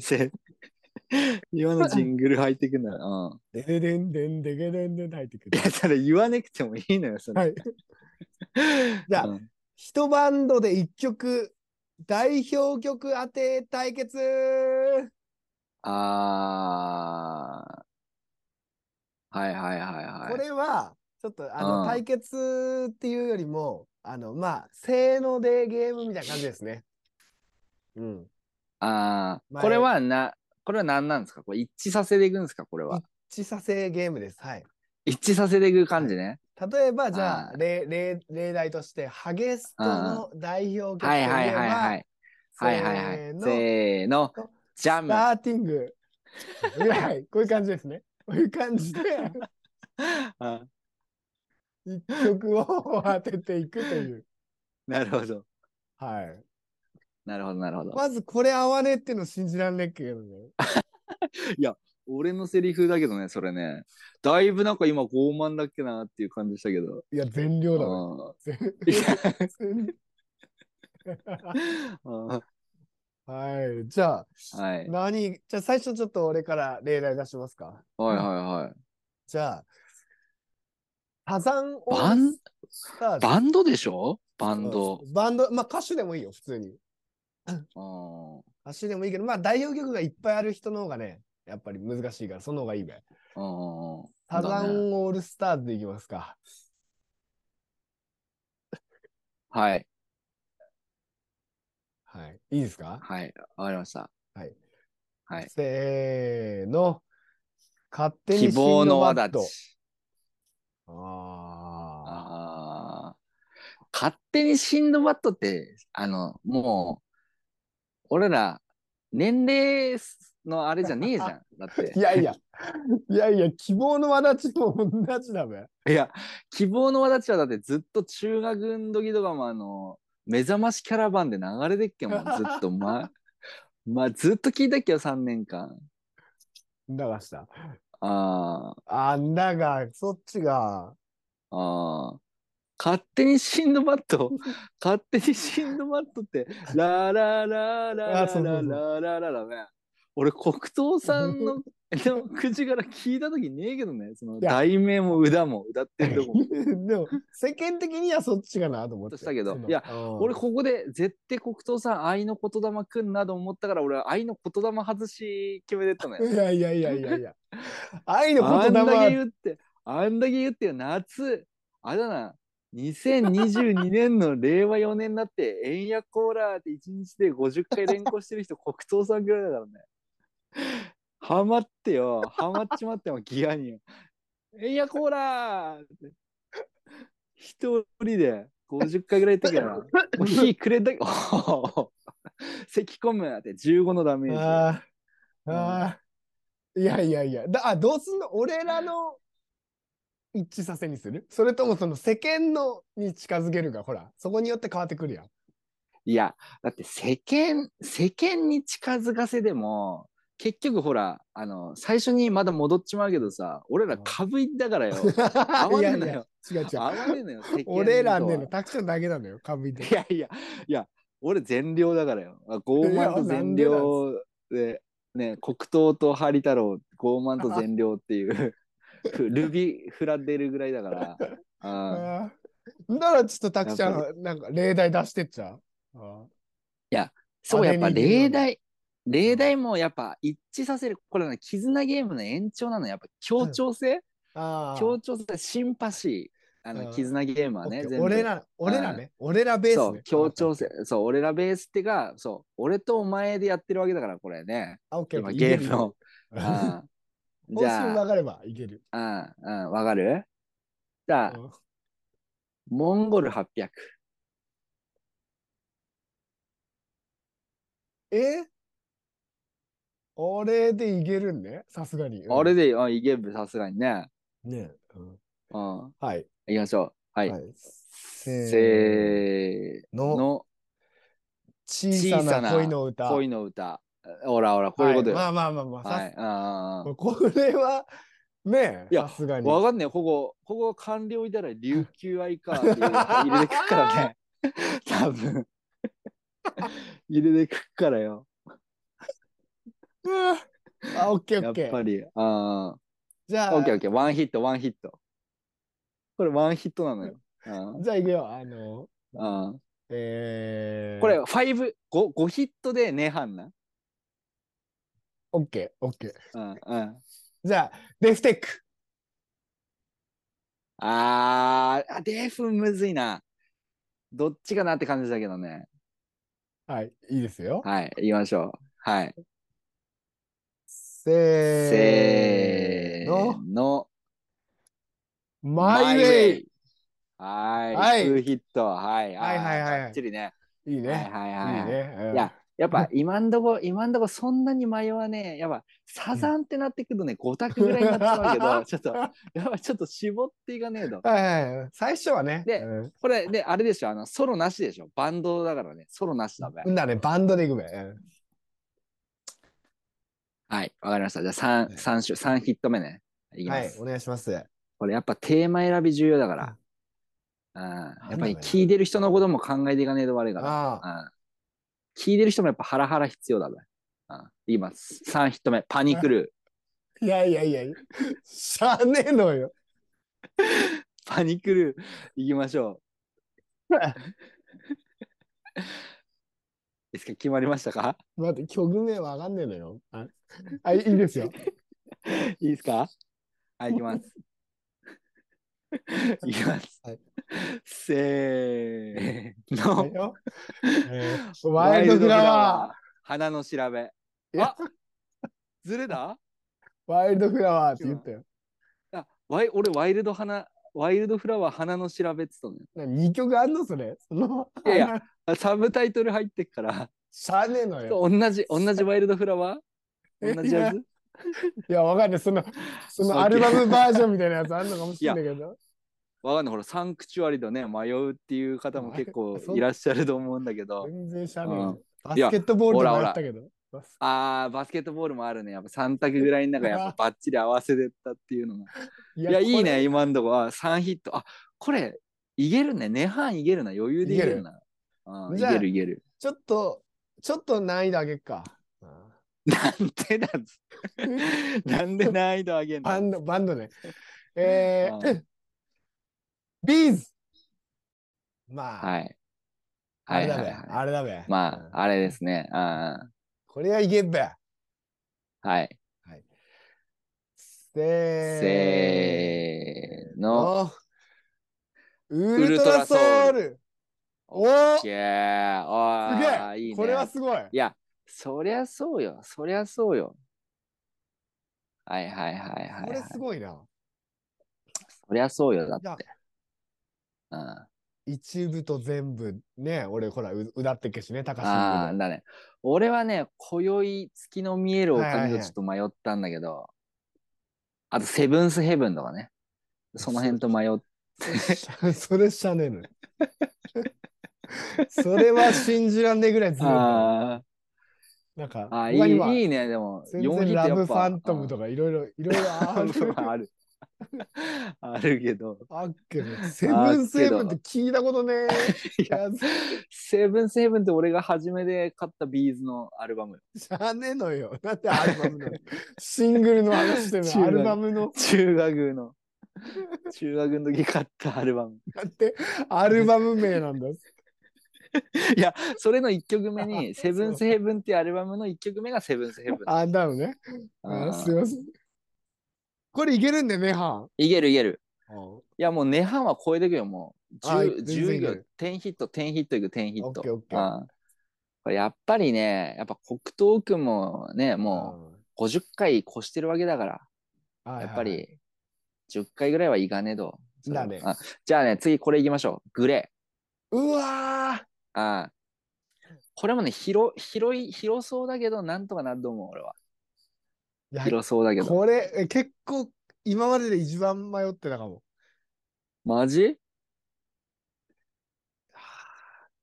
Speaker 2: せ今のジングル入ってくんだろう。
Speaker 1: でででんでんでけでんでん入ってく
Speaker 2: うん。
Speaker 1: る
Speaker 2: いや、。ただ言わなくてもいいのよ、それ。
Speaker 1: はい。じゃあ
Speaker 2: うん
Speaker 1: 一バンドで一曲、代表曲当て対決
Speaker 2: あー。はいはいはいはい。
Speaker 1: これは、ちょっと、あの、
Speaker 2: うん
Speaker 1: 対決っていうよりも、あの、まあ、せーのでゲームみたいな感じですね。うん。
Speaker 2: あー。
Speaker 1: 前
Speaker 2: これはな、これは何なんですかこれ一致させていくんですかこれは。
Speaker 1: 小させゲームです。はい。
Speaker 2: 一致させていく感じね。
Speaker 1: 例えば、じゃ
Speaker 2: あ
Speaker 1: あ、例、例、例題として、ハゲストの代表曲とい
Speaker 2: は
Speaker 1: え
Speaker 2: い
Speaker 1: ば、
Speaker 2: はいはいはい。はいはいはい
Speaker 1: せー。の
Speaker 2: せーの
Speaker 1: の。
Speaker 2: ジャ
Speaker 1: ス
Speaker 2: ム。
Speaker 1: ターティング。はい、こういう感じですね。こういう感
Speaker 2: [laughs]
Speaker 1: じで、
Speaker 2: あ
Speaker 1: 一曲を当てていくという。
Speaker 2: なるほど。
Speaker 1: はい。
Speaker 2: なるほどなるほど。
Speaker 1: まずこれ合わねえっていうの信じらんねえけどね。
Speaker 2: 俺のセリフだけどね、それね。だいぶなんか今傲慢だっけなっていう感じしたけど。
Speaker 1: いや、全量だわ。
Speaker 2: あ
Speaker 1: 全
Speaker 2: ーいや
Speaker 1: 全
Speaker 2: あ [laughs]
Speaker 1: はい。じゃあ、
Speaker 2: ーはい。
Speaker 1: 何、じゃあ最初ちょっと俺から例題出しますか。
Speaker 2: はいは
Speaker 1: じゃあ、サザンオ
Speaker 2: いはい。
Speaker 1: ー
Speaker 2: バ
Speaker 1: ル
Speaker 2: ン
Speaker 1: スターズ。
Speaker 2: バンドでしょバンド。
Speaker 1: うんバンド、まあ歌手でもいいよ、普通に。
Speaker 2: うん
Speaker 1: 歌手でもいいけど、まあ代表曲がいっぱいある人の方がね、やっぱり難しいから、その方がいいべ。
Speaker 2: うんうん
Speaker 1: サザ
Speaker 2: だね
Speaker 1: ンオールスターズでいきますか。
Speaker 2: はい
Speaker 1: はい。いいですか
Speaker 2: はい。わかりました。
Speaker 1: はい。
Speaker 2: はい。
Speaker 1: せーの。勝手に
Speaker 2: 希望の輪
Speaker 1: だ
Speaker 2: 立ち。
Speaker 1: あ
Speaker 2: ああ。勝手にシンドバッドって、あの、もう、俺ら、年齢のあれじゃねえじゃん。だって
Speaker 1: あ。。いやいや。いやいや、希望の輪立ちも同じだべ。
Speaker 2: いや、希望の輪立ちはだってずっと中学の時とかもあの、目覚ましキャラバンで流れてっけもん、ずっと、ま、ま、ずっと聞いたっけよ、3年間。
Speaker 1: 流した。
Speaker 2: あ
Speaker 1: あんだが、そっちが。
Speaker 2: あ、ああ。勝手にシンドバッド、勝手にシンドバッドって、ララララララ
Speaker 1: あそうそうそう
Speaker 2: ララララね。俺、黒糖さんのでも口から聞いた時ねえけどね、その
Speaker 1: いや
Speaker 2: 題名も歌も歌ってるとこも。
Speaker 1: [laughs] でも、世間的にはそっちかなと思って。
Speaker 2: したけど
Speaker 1: その
Speaker 2: いや、
Speaker 1: うん
Speaker 2: 俺ここで絶対黒糖さん愛の言霊くんなと思ったから俺は愛の言霊外し決めてったのよ。
Speaker 1: いやいやいやいやいや。愛の
Speaker 2: あ
Speaker 1: 言霊
Speaker 2: んだけ
Speaker 1: は
Speaker 2: 言ってあんだけ言ってよ、夏、あれだな、2022年の令和4年になって、円やコーラーって1日で50回連行してる人、黒糖さんぐらいだからね。ハマってよ、ハマっちまってもギアによ。円やコーラーって。一人で50回ぐらい言ったから、もう火くれた、 [laughs] おー咳込むって15のダメージ。
Speaker 1: あーあー、いやいやいや。だあ、どうすんの俺らの一致させにするそれともその世間のに近づけるか、ほら、そこによって変わってくるやん。
Speaker 2: いや、だって世間、世間に近づかせでも、結局ほら、あの、最初にまだ戻っちまうけどさ、俺ら株 [laughs] いだからよ。合わねえの
Speaker 1: いや
Speaker 2: よ。
Speaker 1: いや違う違
Speaker 2: 合
Speaker 1: う。
Speaker 2: わねえのよ。世間とは
Speaker 1: 俺らねの、たくちゃんだけなのよ、株いて。
Speaker 2: いやいや、いや、俺全量だからよ。あ傲慢と全量で、ね、黒糖とハリ太郎、傲慢と全量って [laughs] いう、ルビフラデルぐらいだから。 [laughs] あー
Speaker 1: あーならちょっとたくちゃん、なんか例題出してっちゃう。あ
Speaker 2: そう、やっぱ例
Speaker 1: あれ
Speaker 2: 題、例題もやっぱ一致させる、これはね、絆ゲームの延長なの、やっぱ協調性、
Speaker 1: あー。
Speaker 2: 協調性、シンパシー、あ
Speaker 1: う
Speaker 2: の、
Speaker 1: ん
Speaker 2: 絆ゲームは
Speaker 1: オ
Speaker 2: ね、
Speaker 1: ッケ
Speaker 2: 全
Speaker 1: ー
Speaker 2: 部
Speaker 1: 俺ら、俺らね、俺らベース、ね。
Speaker 2: そう、協調性、そう、俺らベースってが、そう、俺とお前でやってるわけだから、これね、
Speaker 1: あ。オッケーオ
Speaker 2: 今
Speaker 1: ッケー
Speaker 2: ゲーム
Speaker 1: [laughs]
Speaker 2: の。
Speaker 1: いけるいける
Speaker 2: あーじ
Speaker 1: 方針
Speaker 2: ゃ
Speaker 1: 曲がればいける。
Speaker 2: あ、うん、うん、わかるじゃあ、
Speaker 1: うん
Speaker 2: モンゴル800。
Speaker 1: えあれでいけるんねさすがに。うん
Speaker 2: あれで、あ、いける、さすがにね。
Speaker 1: ね、うん
Speaker 2: うん、行
Speaker 1: はい。
Speaker 2: きましょう。はい。
Speaker 1: せー
Speaker 2: せー
Speaker 1: の
Speaker 2: の。
Speaker 1: 小さな恋の歌。
Speaker 2: 恋の歌。ほらほら、こういうことよ。
Speaker 1: は
Speaker 2: はい
Speaker 1: まあまあまあまあ、
Speaker 2: い。あ
Speaker 1: さこれは、ね
Speaker 2: いや
Speaker 1: さすが
Speaker 2: あ。
Speaker 1: に。
Speaker 2: わかんねえ、ここ、ここ完了いたら琉球愛かっていうの入れてくから
Speaker 1: [laughs]
Speaker 2: ね。多分。入れてくからよ。
Speaker 1: うんあ、オッケー
Speaker 2: や
Speaker 1: オッ
Speaker 2: っ
Speaker 1: ケ
Speaker 2: ぱ
Speaker 1: ー。
Speaker 2: り。あ
Speaker 1: じゃ
Speaker 2: あ。オッケーオ
Speaker 1: あ
Speaker 2: ッ、ケー。ワンヒット、ワンヒット。これワンヒットなのよ。うん
Speaker 1: じゃあ行くよ。あの、
Speaker 2: うん
Speaker 1: えー、
Speaker 2: これ、、ファイブ、五五ヒットでねはんな。
Speaker 1: オッケーオッケー。
Speaker 2: うんうん。
Speaker 1: じゃあ、デフテック。
Speaker 2: あーあ、デフむずいな。どっちかなって感じだけどね。
Speaker 1: はい、いいですよ。
Speaker 2: はい、言いましょう。はい。
Speaker 1: せー
Speaker 2: せー
Speaker 1: の。
Speaker 2: の。
Speaker 1: マイウェイ。
Speaker 2: はい。
Speaker 1: はい
Speaker 2: ツーヒット。はい。
Speaker 1: はいはいはいはい
Speaker 2: ばっちりね。
Speaker 1: いい
Speaker 2: はい
Speaker 1: ね。
Speaker 2: はい
Speaker 1: い
Speaker 2: はいいはい。
Speaker 1: ね。うん
Speaker 2: いや、やっぱ今んとこ、今んとこそんなに迷わねえ。やっぱサザンってなってくるとね、5択ぐらいになってしまうけ
Speaker 1: [laughs]
Speaker 2: ど、ちょっと、やっぱちょっと絞っていかねえと。
Speaker 1: はいはいはい。最初はね。
Speaker 2: で
Speaker 1: うん
Speaker 2: これ、で、あれでしょ、あの、ソロなしでしょ。バンドだからね、ソロなしだべ。
Speaker 1: うんだね、バンドでいくべ。うん
Speaker 2: はい、わかりました。じゃあ3、三種、三ヒット目ね。いきま
Speaker 1: は
Speaker 2: す。
Speaker 1: い、お願いします。
Speaker 2: これやっぱテーマ選び重要だから。うん、やっぱり聞いてる人のことも考えていかねえと悪いから。
Speaker 1: ああ、
Speaker 2: うん、聞いてる人もやっぱハラハラ必要だね。うん、言います。3ヒット目、パニクル
Speaker 1: いやいやいや、しゃあねえのよ。
Speaker 2: ー。パニクルー、行きまし
Speaker 1: [laughs]
Speaker 2: ょう。ですか決まりましたか
Speaker 1: 待って、曲名わかんねえのよ。あ、あいいいですよ。
Speaker 2: いいですかはい、行
Speaker 1: [laughs]
Speaker 2: きます。行きます。
Speaker 1: はい
Speaker 2: せー
Speaker 1: は
Speaker 2: [laughs] の
Speaker 1: い。
Speaker 2: [laughs]
Speaker 1: よえーワイルドフラワ
Speaker 2: ー。花の調べ。
Speaker 1: いや
Speaker 2: あずれだ
Speaker 1: ー。ワイルドフラワーって言ったよ。
Speaker 2: あワイ俺ワイルド花ワイルドフラワー花の調べっつったのよ
Speaker 1: な2曲あんのそれ。その、
Speaker 2: いやいやあサブタイトル入ってっから
Speaker 1: しゃあねえのよ。
Speaker 2: 同じ同じワイルドフラワー同じやつ
Speaker 1: いや、わかんない。その、そのアルバムバージョンみたいなやつあんのかもしれないけど。
Speaker 2: わかんないほらサンクチュアリでね迷うっていう方も結構
Speaker 1: あそん
Speaker 2: いらっしゃると思うんだけど
Speaker 1: 全然しゃあねえのよ。バ
Speaker 2: んいや
Speaker 1: スケットボールとかやったけど。バス
Speaker 2: あーバスケットボールもあるねやっぱ3択ぐらいの中やっぱバッチリ合わせてったっていうのが
Speaker 1: い
Speaker 2: いやいい。
Speaker 1: これ
Speaker 2: ね今んとこあ3ヒットあこれいけるねネハンいけるな余裕でいけるなうんい
Speaker 1: じゃあ
Speaker 2: けるいける
Speaker 1: ちょっと、ちょっと難易度上げっか。
Speaker 2: なんでだっ
Speaker 1: [laughs]
Speaker 2: つなんで難易度上げんの
Speaker 1: バンド、バンドね。え
Speaker 2: う
Speaker 1: [laughs] ー、ビーズまあ、
Speaker 2: はい。
Speaker 1: あ
Speaker 2: は
Speaker 1: れ
Speaker 2: い
Speaker 1: だ
Speaker 2: はい、
Speaker 1: べ、
Speaker 2: はい。
Speaker 1: あれだべ。
Speaker 2: ま
Speaker 1: うん
Speaker 2: あ、あれですね。あ
Speaker 1: これはいけっべ。
Speaker 2: ーはい。
Speaker 1: はい。せ
Speaker 2: せー
Speaker 1: ー
Speaker 2: の。
Speaker 1: の。ウルトラソウル。おー
Speaker 2: いやー、おー
Speaker 1: す
Speaker 2: いい
Speaker 1: げえ
Speaker 2: ね。
Speaker 1: これはすごい。
Speaker 2: いや、そりゃそうよ。そりゃそうよ。はいはいはいはい、
Speaker 1: これ
Speaker 2: はい。
Speaker 1: すごいな。
Speaker 2: そりゃそうよ。だっ
Speaker 1: いや
Speaker 2: て。うん。
Speaker 1: 一部と全部ね、俺ほら、ううだってっけしね、高橋
Speaker 2: ああ、だね。俺はね、今宵月の見えるお
Speaker 1: はいはい
Speaker 2: 金
Speaker 1: はい
Speaker 2: でちょっと迷ったんだけど、あとセブンスヘブンとかね。その辺と迷っ
Speaker 1: [laughs] それしゃねえのよ。それは信じらんねえぐらいず
Speaker 2: た。
Speaker 1: るいんだよ。
Speaker 2: あ
Speaker 1: なんか、
Speaker 2: ーあ
Speaker 1: 他に
Speaker 2: ー、
Speaker 1: はい
Speaker 2: いいいいね。でも、
Speaker 1: 全
Speaker 2: 4
Speaker 1: 然
Speaker 2: 匹っ
Speaker 1: ラ
Speaker 2: てや
Speaker 1: ブ
Speaker 2: っ
Speaker 1: フ
Speaker 2: ぱ
Speaker 1: ァントムとかいろいろ、いろいろある
Speaker 2: [laughs] ある。あるけど。
Speaker 1: あっけど、セブンセブンって聞いたことねえ。い
Speaker 2: いや
Speaker 1: や、
Speaker 2: セブンセブンって俺が初めで買ったビーズのアルバム。
Speaker 1: しゃねえのよ。なんでアルバムなのシングルの話してる
Speaker 2: [laughs] 中
Speaker 1: の、
Speaker 2: 学
Speaker 1: アルバムの。
Speaker 2: [laughs] 中学の。中学の時買ったアルバム。
Speaker 1: なんて、アルバム名なんだ。
Speaker 2: いや、それの1曲目に、
Speaker 1: [laughs] あ
Speaker 2: セブンスヘブンっていうアルバムの1曲目がセブンスヘブン。
Speaker 1: あんなのね。あ
Speaker 2: うん
Speaker 1: すいません。これいけるんでね、ハ
Speaker 2: いけるいける。
Speaker 1: ン。オ
Speaker 2: いや、もう、値半は超えてくよ、もう。
Speaker 1: あ
Speaker 2: 10、
Speaker 1: 全然い
Speaker 2: 10
Speaker 1: け
Speaker 2: 秒
Speaker 1: る。
Speaker 2: 10ヒット、10ヒットいく、10ヒット。
Speaker 1: オッケーオッケー
Speaker 2: うんこれやっぱりね、やっぱ黒糖区もね、もう50回越してるわけだから、
Speaker 1: うん
Speaker 2: やっぱ。り10回ぐらいはいかねえと。それは
Speaker 1: だね
Speaker 2: あじゃあね、次これいきましょう。グレー。
Speaker 1: うわー
Speaker 2: ああ。これもね、広、広い、広そうだけど、なんとかなると思う、俺は。
Speaker 1: いや
Speaker 2: 広そうだけど。
Speaker 1: これ、え結構、今までで一番迷ってたかも。
Speaker 2: マジ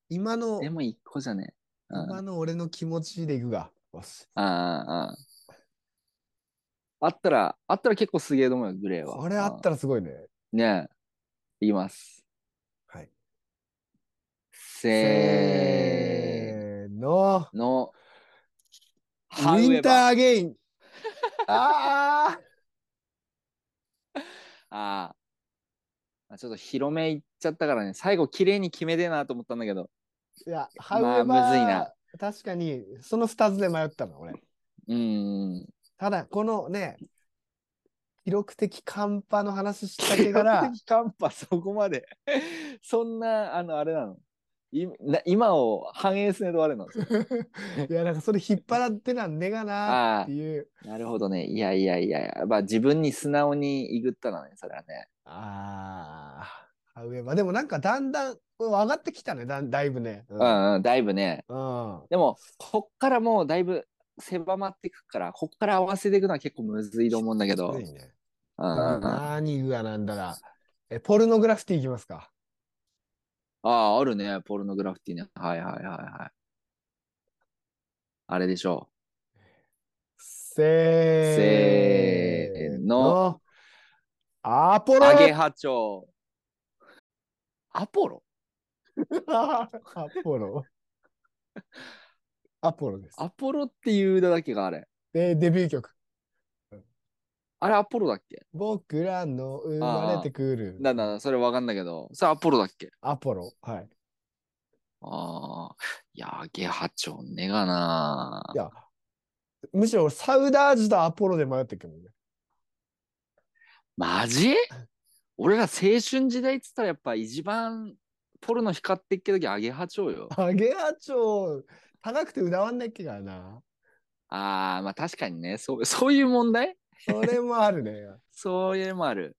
Speaker 1: 今の、
Speaker 2: でも一個じゃねえ。うん。
Speaker 1: 今の俺の気持ちでいくが。よし
Speaker 2: ああ、ああ。あったら、あったら結構すげえと思うよ、グレーは。
Speaker 1: これあったらすごいね。
Speaker 2: うん。ねえ。いきます。
Speaker 1: はい。
Speaker 2: せ
Speaker 1: せーの。
Speaker 2: ーの。
Speaker 1: ウィンタ
Speaker 2: ー
Speaker 1: ーゲ
Speaker 2: [laughs]
Speaker 1: イン。あ
Speaker 2: ああ。ちょっと広めいっちゃったからね、最後綺麗に決めてえなと思ったんだけど。
Speaker 1: あ。いや、
Speaker 2: ま
Speaker 1: ハ
Speaker 2: あ
Speaker 1: ウエバ
Speaker 2: むずいな
Speaker 1: 確かに、その2つで迷ったの、俺。
Speaker 2: うーん。
Speaker 1: ただ、このね、記録的寒波の話したけ
Speaker 2: [laughs]
Speaker 1: から、
Speaker 2: 寒波そこまで [laughs] そんなあのあれなのいな今を反映すねとあれなの
Speaker 1: いや、なんかそれ引っ張らってなんねがなっていう。
Speaker 2: なるほどねいやいやいやいや、まあ、自分に素直にいぐったのねそれはね
Speaker 1: ああ。ハウエバー。でもなんかだんだん、これ上がってきたね、だんだいぶね。う
Speaker 2: う。んうんだいぶね
Speaker 1: うん。
Speaker 2: でもこっからもうだいぶ狭まってくからこっから合わせていくのは結構むずいと思うんだけど、
Speaker 1: いいね。
Speaker 2: うんうんうんあ
Speaker 1: 何がなんだら。え、ポルノグラフィティいきますか。
Speaker 2: ああるねポルノグラフィティねはいはいはいはいあれでしょ
Speaker 1: せー
Speaker 2: せーの。
Speaker 1: アポ
Speaker 2: う
Speaker 1: ロ
Speaker 2: アゲハチョウアポロ
Speaker 1: [laughs] アポロ。アポロです。
Speaker 2: アポロっていう歌だっけがあれ。
Speaker 1: で、デビュー曲。
Speaker 2: あれアポロだっけ
Speaker 1: 僕らの生まれてくる
Speaker 2: なんだなんだ、それわかんないけど、それアポロだっけ
Speaker 1: アポロ。はい。
Speaker 2: ああ、いや、ゲハチョウねがない
Speaker 1: や、むしろ俺サウダージとアポロで迷ってくるもんね。
Speaker 2: マジ俺ら青春時代っつったらやっぱ一番ポルノ光ってっけどアゲハチョウよ。
Speaker 1: アゲハチョウ、高くてうだわんなっけからな。
Speaker 2: ああ、まあ確かにね、そうそういう問題
Speaker 1: それもあるね。
Speaker 2: そういうのもある。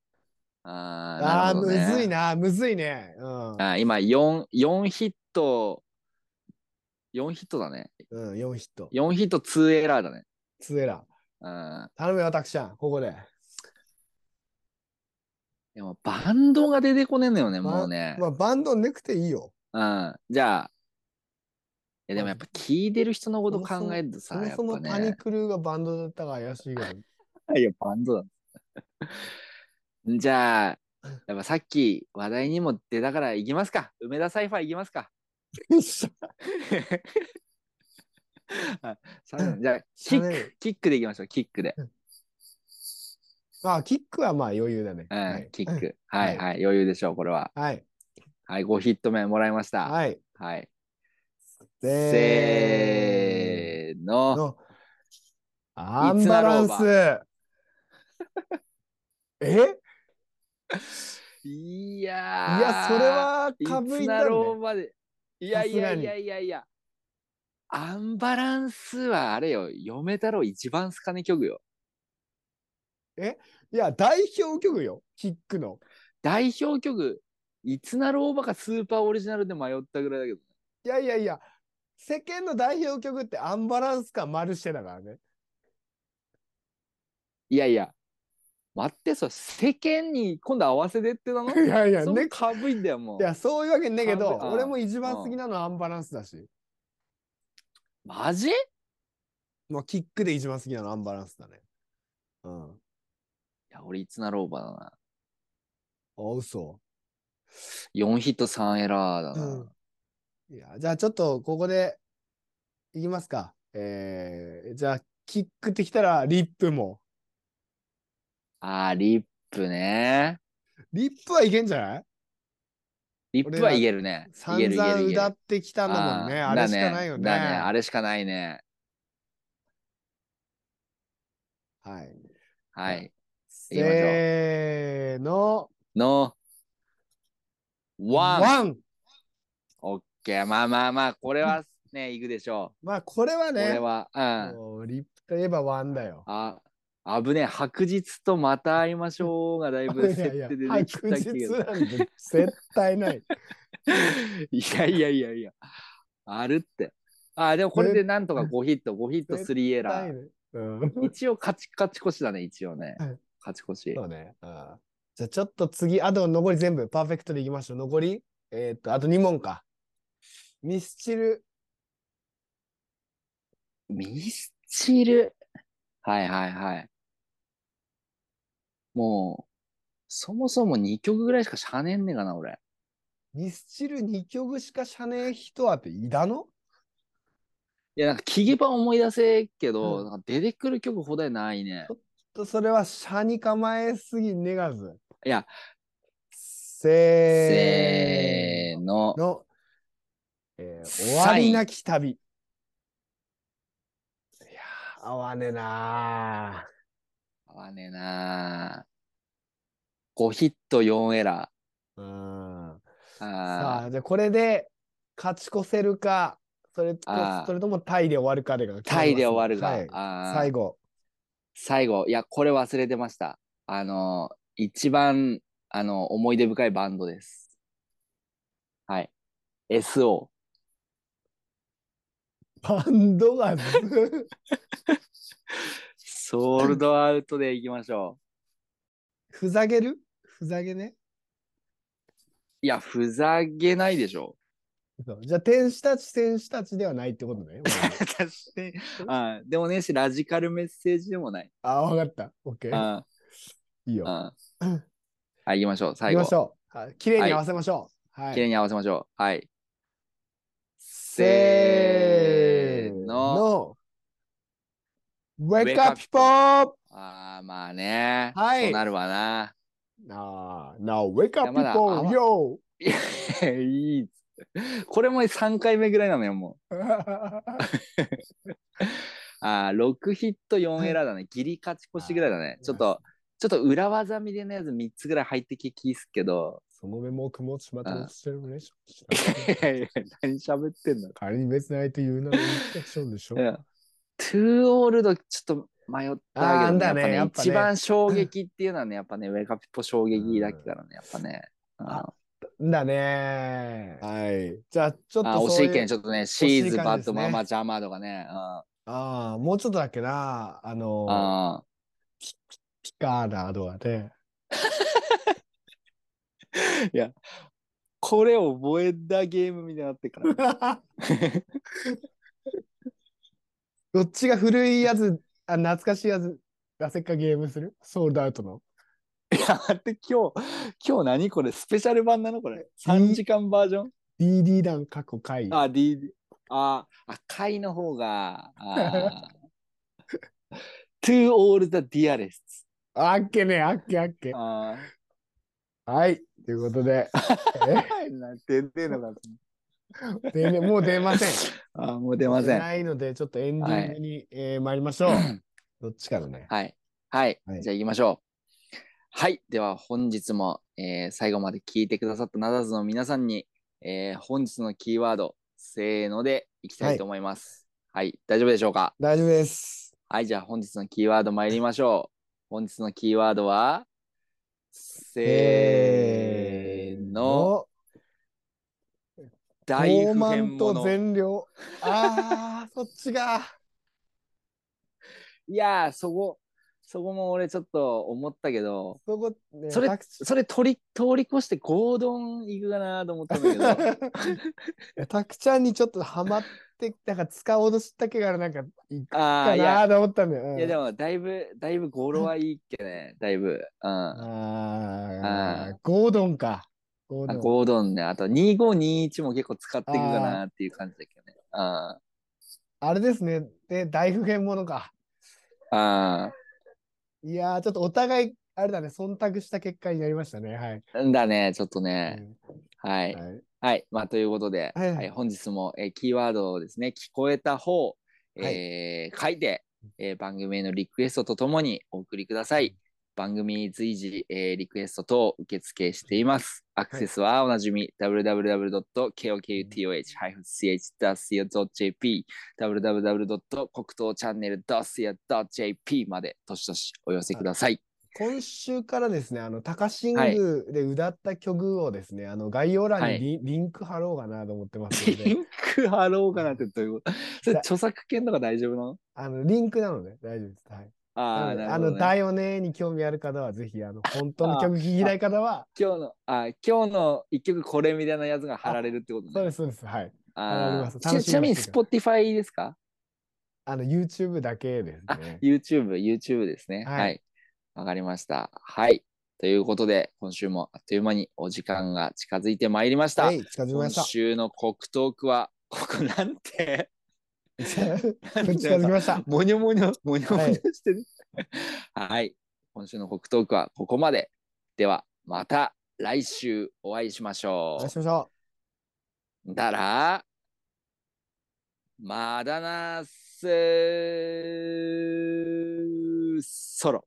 Speaker 2: ああ、
Speaker 1: ああ
Speaker 2: [laughs] なるほ
Speaker 1: ー、
Speaker 2: どね
Speaker 1: むずいな、むずいね。うん。
Speaker 2: あー今4、4ヒット、4ヒットだね。
Speaker 1: うん、4ヒット。
Speaker 2: 4ヒット2エラーだね。
Speaker 1: つえら。
Speaker 2: うん
Speaker 1: 頼むよ、私ちゃん、ここで。
Speaker 2: でもバンドが出てこねえのよね、
Speaker 1: バン
Speaker 2: もうね。
Speaker 1: まあ、バンドなくていいよ。
Speaker 2: うん。じゃあ、えでもやっぱ聞いてる人のこと
Speaker 1: そもそも
Speaker 2: 考えるとさ、
Speaker 1: そもそも
Speaker 2: やっ
Speaker 1: パ
Speaker 2: ぱ
Speaker 1: ニ
Speaker 2: ね。
Speaker 1: クルがバンドだったから怪し
Speaker 2: [laughs]
Speaker 1: いけど。
Speaker 2: いや、バンドだ。じゃあ、やっぱさっき話題にも出たから行きますか。梅田サイファー行きますか。あさじゃあ、キック、
Speaker 1: ク。
Speaker 2: キックで行きましょう、キックで。
Speaker 1: まあ、キックはまあ余裕だね。
Speaker 2: う
Speaker 1: は
Speaker 2: ん
Speaker 1: い、
Speaker 2: キッ。ク。
Speaker 1: は
Speaker 2: はいい、はい、余裕でしょう、これは。
Speaker 1: [laughs] はい。
Speaker 2: はい、5ヒット目もらいました。
Speaker 1: はい。
Speaker 2: はい。
Speaker 1: せ
Speaker 2: せーの。
Speaker 1: の。アンバラン
Speaker 2: いつ
Speaker 1: ス
Speaker 2: な。 [laughs]
Speaker 1: え
Speaker 2: い
Speaker 1: い
Speaker 2: やー。
Speaker 1: や、それはかぶい
Speaker 2: いつ
Speaker 1: た
Speaker 2: だ
Speaker 1: んだ
Speaker 2: ろう
Speaker 1: よ。
Speaker 2: まで。いやいやいやいやいや。アンバランスはあれよ、嫁太郎一番好かね曲よ。
Speaker 1: いや、代表曲よ。キックの。
Speaker 2: 代表曲、いつなろうばかスーパーオリジナルで迷ったぐらいだけど。
Speaker 1: いやいやいや、世間の代表曲ってアンバランス感丸してだから
Speaker 2: [laughs]
Speaker 1: ね。
Speaker 2: いやいや、待って、それ世間に今度合わせてってなの
Speaker 1: いやいや、
Speaker 2: そ
Speaker 1: ね
Speaker 2: う、かぶいんだよ、も。
Speaker 1: いうや、そういうわけねえけど
Speaker 2: 完、璧あ
Speaker 1: 俺も一番好きなのはアンバランスだし。
Speaker 2: マジ
Speaker 1: もうキックで一番好きなのアンバランスだね。うん。あ、
Speaker 2: いや、俺、いつなろうばだな。
Speaker 1: 嘘。
Speaker 2: 4ヒット3エラーだな。
Speaker 1: うんいや、じゃあちょっとここで、いきますか。えー、じゃあ、キックってきたら、リップも。
Speaker 2: あー、リップね。
Speaker 1: リップはいけんじゃない
Speaker 2: リップは言えるね。
Speaker 1: 散
Speaker 2: 言える言え
Speaker 1: 々
Speaker 2: る言える。
Speaker 1: 歌ってきたんだもんね。
Speaker 2: あー
Speaker 1: あれしかないよね。
Speaker 2: だね、あれしかないね。
Speaker 1: はい。
Speaker 2: はい。行きましょう
Speaker 1: せーの。
Speaker 2: の、ワン。
Speaker 1: ワン
Speaker 2: オッケー。まあまあまあ、これはね、行くでしょ
Speaker 1: まあ、これは
Speaker 2: う。これ
Speaker 1: ね、
Speaker 2: は、うん。
Speaker 1: もうリップといえばワンだよ。
Speaker 2: あ、危ねえ。白日とまた会いましょうがだいぶ
Speaker 1: い
Speaker 2: 設
Speaker 1: やいや
Speaker 2: 定で、でき
Speaker 1: 白
Speaker 2: た
Speaker 1: 日
Speaker 2: けど。
Speaker 1: なんて絶対
Speaker 2: [laughs]
Speaker 1: ない。
Speaker 2: いやいやいやいや。あるって。あ、でもこれでなんとか5ヒット、5ヒット3エラ
Speaker 1: ない
Speaker 2: ー。
Speaker 1: ね。うん。
Speaker 2: 一応勝ち、勝ち越しだね、一応ね
Speaker 1: はい。
Speaker 2: 勝ち越し
Speaker 1: そ。うね。うんじゃあちょっと次、あと残り全部パーフェクトでいきましょう。残り、えっ、と、あと2問か。ミスチル、
Speaker 2: ミスチル。はいはいはい。もう、そもそも2曲ぐらいしかしゃねんねえかな、俺。
Speaker 1: ミスチル2曲しかしゃねえ人はっていだの
Speaker 2: いや、なんか、キゲパン思い出せっけど、
Speaker 1: うん
Speaker 2: なんか出てくる曲ほどやないね。
Speaker 1: とそれはしゃに構えすぎねがず。
Speaker 2: いや、
Speaker 1: せ
Speaker 2: せーの
Speaker 1: ー。の、えー終わりなき旅。いやー、合わねえな
Speaker 2: 合わねえな5ヒット4エラ
Speaker 1: ー。うん。
Speaker 2: ー。
Speaker 1: さ
Speaker 2: あ
Speaker 1: あ、じゃあこれで勝ち越せるか、それと
Speaker 2: あー
Speaker 1: それともタイで終わるかでが決まりますね
Speaker 2: ータイで終わるが、
Speaker 1: はい
Speaker 2: あー
Speaker 1: 最後。
Speaker 2: 最後。いや、これ忘れてました。あの、一番、あの、思い出深いバンドです。はい。SO。
Speaker 1: バンドが
Speaker 2: ソールドアウトでいきましょ
Speaker 1: ふざけるふざけね。
Speaker 2: う。いや、ふざけないでしょ。
Speaker 1: そうじゃあ、天使たち、選手たちではないってことね。
Speaker 2: 確か [laughs] に。あでもねえし、ラジカルメッセージでもない。
Speaker 1: ああ、わかった。オッケー。
Speaker 2: あ
Speaker 1: いいよ。
Speaker 2: あはい、行きましょう。
Speaker 1: 行
Speaker 2: 最
Speaker 1: き
Speaker 2: 後。
Speaker 1: ましょう。はい綺麗に合わせましょう。は
Speaker 2: 綺
Speaker 1: い。
Speaker 2: 麗に合わせましょう。はい。
Speaker 1: せーの。Wake up, people!
Speaker 2: ああ、まあね。
Speaker 1: はい
Speaker 2: そうなるわな。
Speaker 1: あー Now, wake up,
Speaker 2: いやまだ
Speaker 1: people!
Speaker 2: あ [laughs]
Speaker 1: Yo!
Speaker 2: いやいいっす。これも3回目ぐらいなのよ、もう。ああ、6ヒット4エラーだね。ギリ勝ち越しぐらいだね
Speaker 1: あ。ー
Speaker 2: ちょっと、ちょっと裏技みたいなやつ3つぐらい入ってききっすけ
Speaker 1: [laughs]
Speaker 2: ど。
Speaker 1: その目も曇ってしまって
Speaker 2: うん
Speaker 1: 落ちてるね。
Speaker 2: いや [laughs] いや何喋ってんの
Speaker 1: 仮に別に相手言うならインスペクションでしょ
Speaker 2: い。や、トゥーオールドちょっと迷った
Speaker 1: あーあ
Speaker 2: け
Speaker 1: ん
Speaker 2: ど、
Speaker 1: だね
Speaker 2: や
Speaker 1: やっ
Speaker 2: っ
Speaker 1: ぱ
Speaker 2: ぱ
Speaker 1: ね
Speaker 2: ね、一番衝撃っていうのはね、やっぱね、ウェイカピポ衝撃だけからね、やっぱね。あ
Speaker 1: だねー。はい。じゃあ、ちょっ
Speaker 2: あ
Speaker 1: と
Speaker 2: ー、
Speaker 1: そういう
Speaker 2: 惜しいけん、ちょっとね、シ
Speaker 1: 惜
Speaker 2: ー
Speaker 1: しい
Speaker 2: ズ、
Speaker 1: 感
Speaker 2: バ
Speaker 1: じです
Speaker 2: ット、
Speaker 1: ね
Speaker 2: ママ、ジャマとかね。あ
Speaker 1: ああ、もうちょっとだっけな。あ
Speaker 2: ー
Speaker 1: の
Speaker 2: あ
Speaker 1: ー、ピカーナとかで。。
Speaker 2: ー。いや、これ覚えたゲームみたいになってから
Speaker 1: [laughs] どっちが古いやつ、あ、懐かしいやつ、がせっかゲームするソールドアウトの。
Speaker 2: いや、待って、今日、今日何これ、スペシャル版なのこれ。3時間バージョン
Speaker 1: DD 弾過去回。
Speaker 2: あ、D、あー、赤いの方が、あー [laughs] To all the dearest.
Speaker 1: あっけね、あっけあっけ。
Speaker 2: あー
Speaker 1: はい。ということで。
Speaker 2: はい、なんて言ってんのか。
Speaker 1: えでねもう出ません。
Speaker 2: あー [laughs] もう出ません。 [clears throat]
Speaker 1: ないので、ちょっとエンディングに、えー参りましょう。どっちからね。
Speaker 2: はい。はい。
Speaker 1: はい
Speaker 2: じゃあ行きましょう。はい。では本日も、えー最後まで聞いてくださったナダズの皆さんに、えー本日のキーワード、せーのでいきたいと思います。はい、大丈夫でしょうか
Speaker 1: 大丈夫です。
Speaker 2: はい、じゃあ本日のキーワード参りましょう。本日のキーワードは、せーの、大
Speaker 1: 傲
Speaker 2: 不変
Speaker 1: 慢と
Speaker 2: 者。
Speaker 1: 善良。ああ、そっちが。
Speaker 2: いやー、そこ、そこも俺ちょっと思ったけど、
Speaker 1: そこ、ね、
Speaker 2: それ
Speaker 1: タクシ
Speaker 2: それ取り通り越してゴードン行くかなと思ったん
Speaker 1: [laughs]
Speaker 2: だけど、
Speaker 1: ータクちゃんにちょっとハマって、なんか使おうとしたけからなんか、いい
Speaker 2: ああ、
Speaker 1: か
Speaker 2: いや
Speaker 1: な、と思ったんだよ。うん
Speaker 2: いやでもだいぶ、だいぶ語呂はいいっけね、だいぶ。うん。あ
Speaker 1: ああ、ゴードンか。ゴードン。
Speaker 2: ゴードンね、あと2521も結構使っていくかなっていう感じだけどね。あ
Speaker 1: あれですね。で、大不変者か。
Speaker 2: あ
Speaker 1: いやー、ちょっとお互い、あれだね、忖度した結果になりましたね。はい。
Speaker 2: ー。んだね、ちょっとね。
Speaker 1: う
Speaker 2: は
Speaker 1: ん
Speaker 2: い。
Speaker 1: はい
Speaker 2: はい。まあ、ということで、
Speaker 1: はい
Speaker 2: はい、本日も、えーキーワードをですね、聞こえた方、えー書いて、えー番組へのリクエストとともにお送りください。番組随時、えーリクエスト等受付しています。アクセスはおなじみ、www.kokutoh-ch.co.jp、www.cokutochannel.co.jp まで、どしどしお寄せください。
Speaker 1: 今週からですね、あの、タカシングで歌った曲をですね、あの、概要欄にリ,、リンク貼ろうかなと思ってますの
Speaker 2: リ [laughs]
Speaker 1: で、
Speaker 2: ンク貼ろうかなってどういうことそれ著作権とか大丈夫なの
Speaker 1: あの、リンクなので大丈夫です。はい。
Speaker 2: あ
Speaker 1: な
Speaker 2: あ、
Speaker 1: ので
Speaker 2: な
Speaker 1: あ
Speaker 2: るほ
Speaker 1: の、
Speaker 2: どね
Speaker 1: だよねーに興味ある方は、ぜひ、あの、本当の曲聴きたい方は、
Speaker 2: 今日の、あ、今日の一曲これみたいなやつが貼られるってこと
Speaker 1: そう
Speaker 2: ね。
Speaker 1: です、そうです。はい。
Speaker 2: あ
Speaker 1: 貼られ
Speaker 2: ー
Speaker 1: ます
Speaker 2: ち
Speaker 1: 楽しみにしてて
Speaker 2: ちなみに Spotify ですか
Speaker 1: あの、YouTube だけですね。
Speaker 2: ?YouTube、YouTube ですね。
Speaker 1: はい
Speaker 2: はい。わ、かりました。はい。ということで、今週もあっという間にお時間が近づいてまいりました。
Speaker 1: はい、近づきま
Speaker 2: 今
Speaker 1: し
Speaker 2: 週の国トークは、 [laughs] ここなんて、
Speaker 1: た。
Speaker 2: なんて
Speaker 1: [laughs] 近づきま
Speaker 2: [laughs]
Speaker 1: した。
Speaker 2: もにょもにょ、もにょもにょしてる。 [laughs] はい。今週の国トークはここまで。では、また来週お会いしましょ
Speaker 1: お
Speaker 2: う
Speaker 1: 会い。しましょう。
Speaker 2: だら、まだなっすソロ。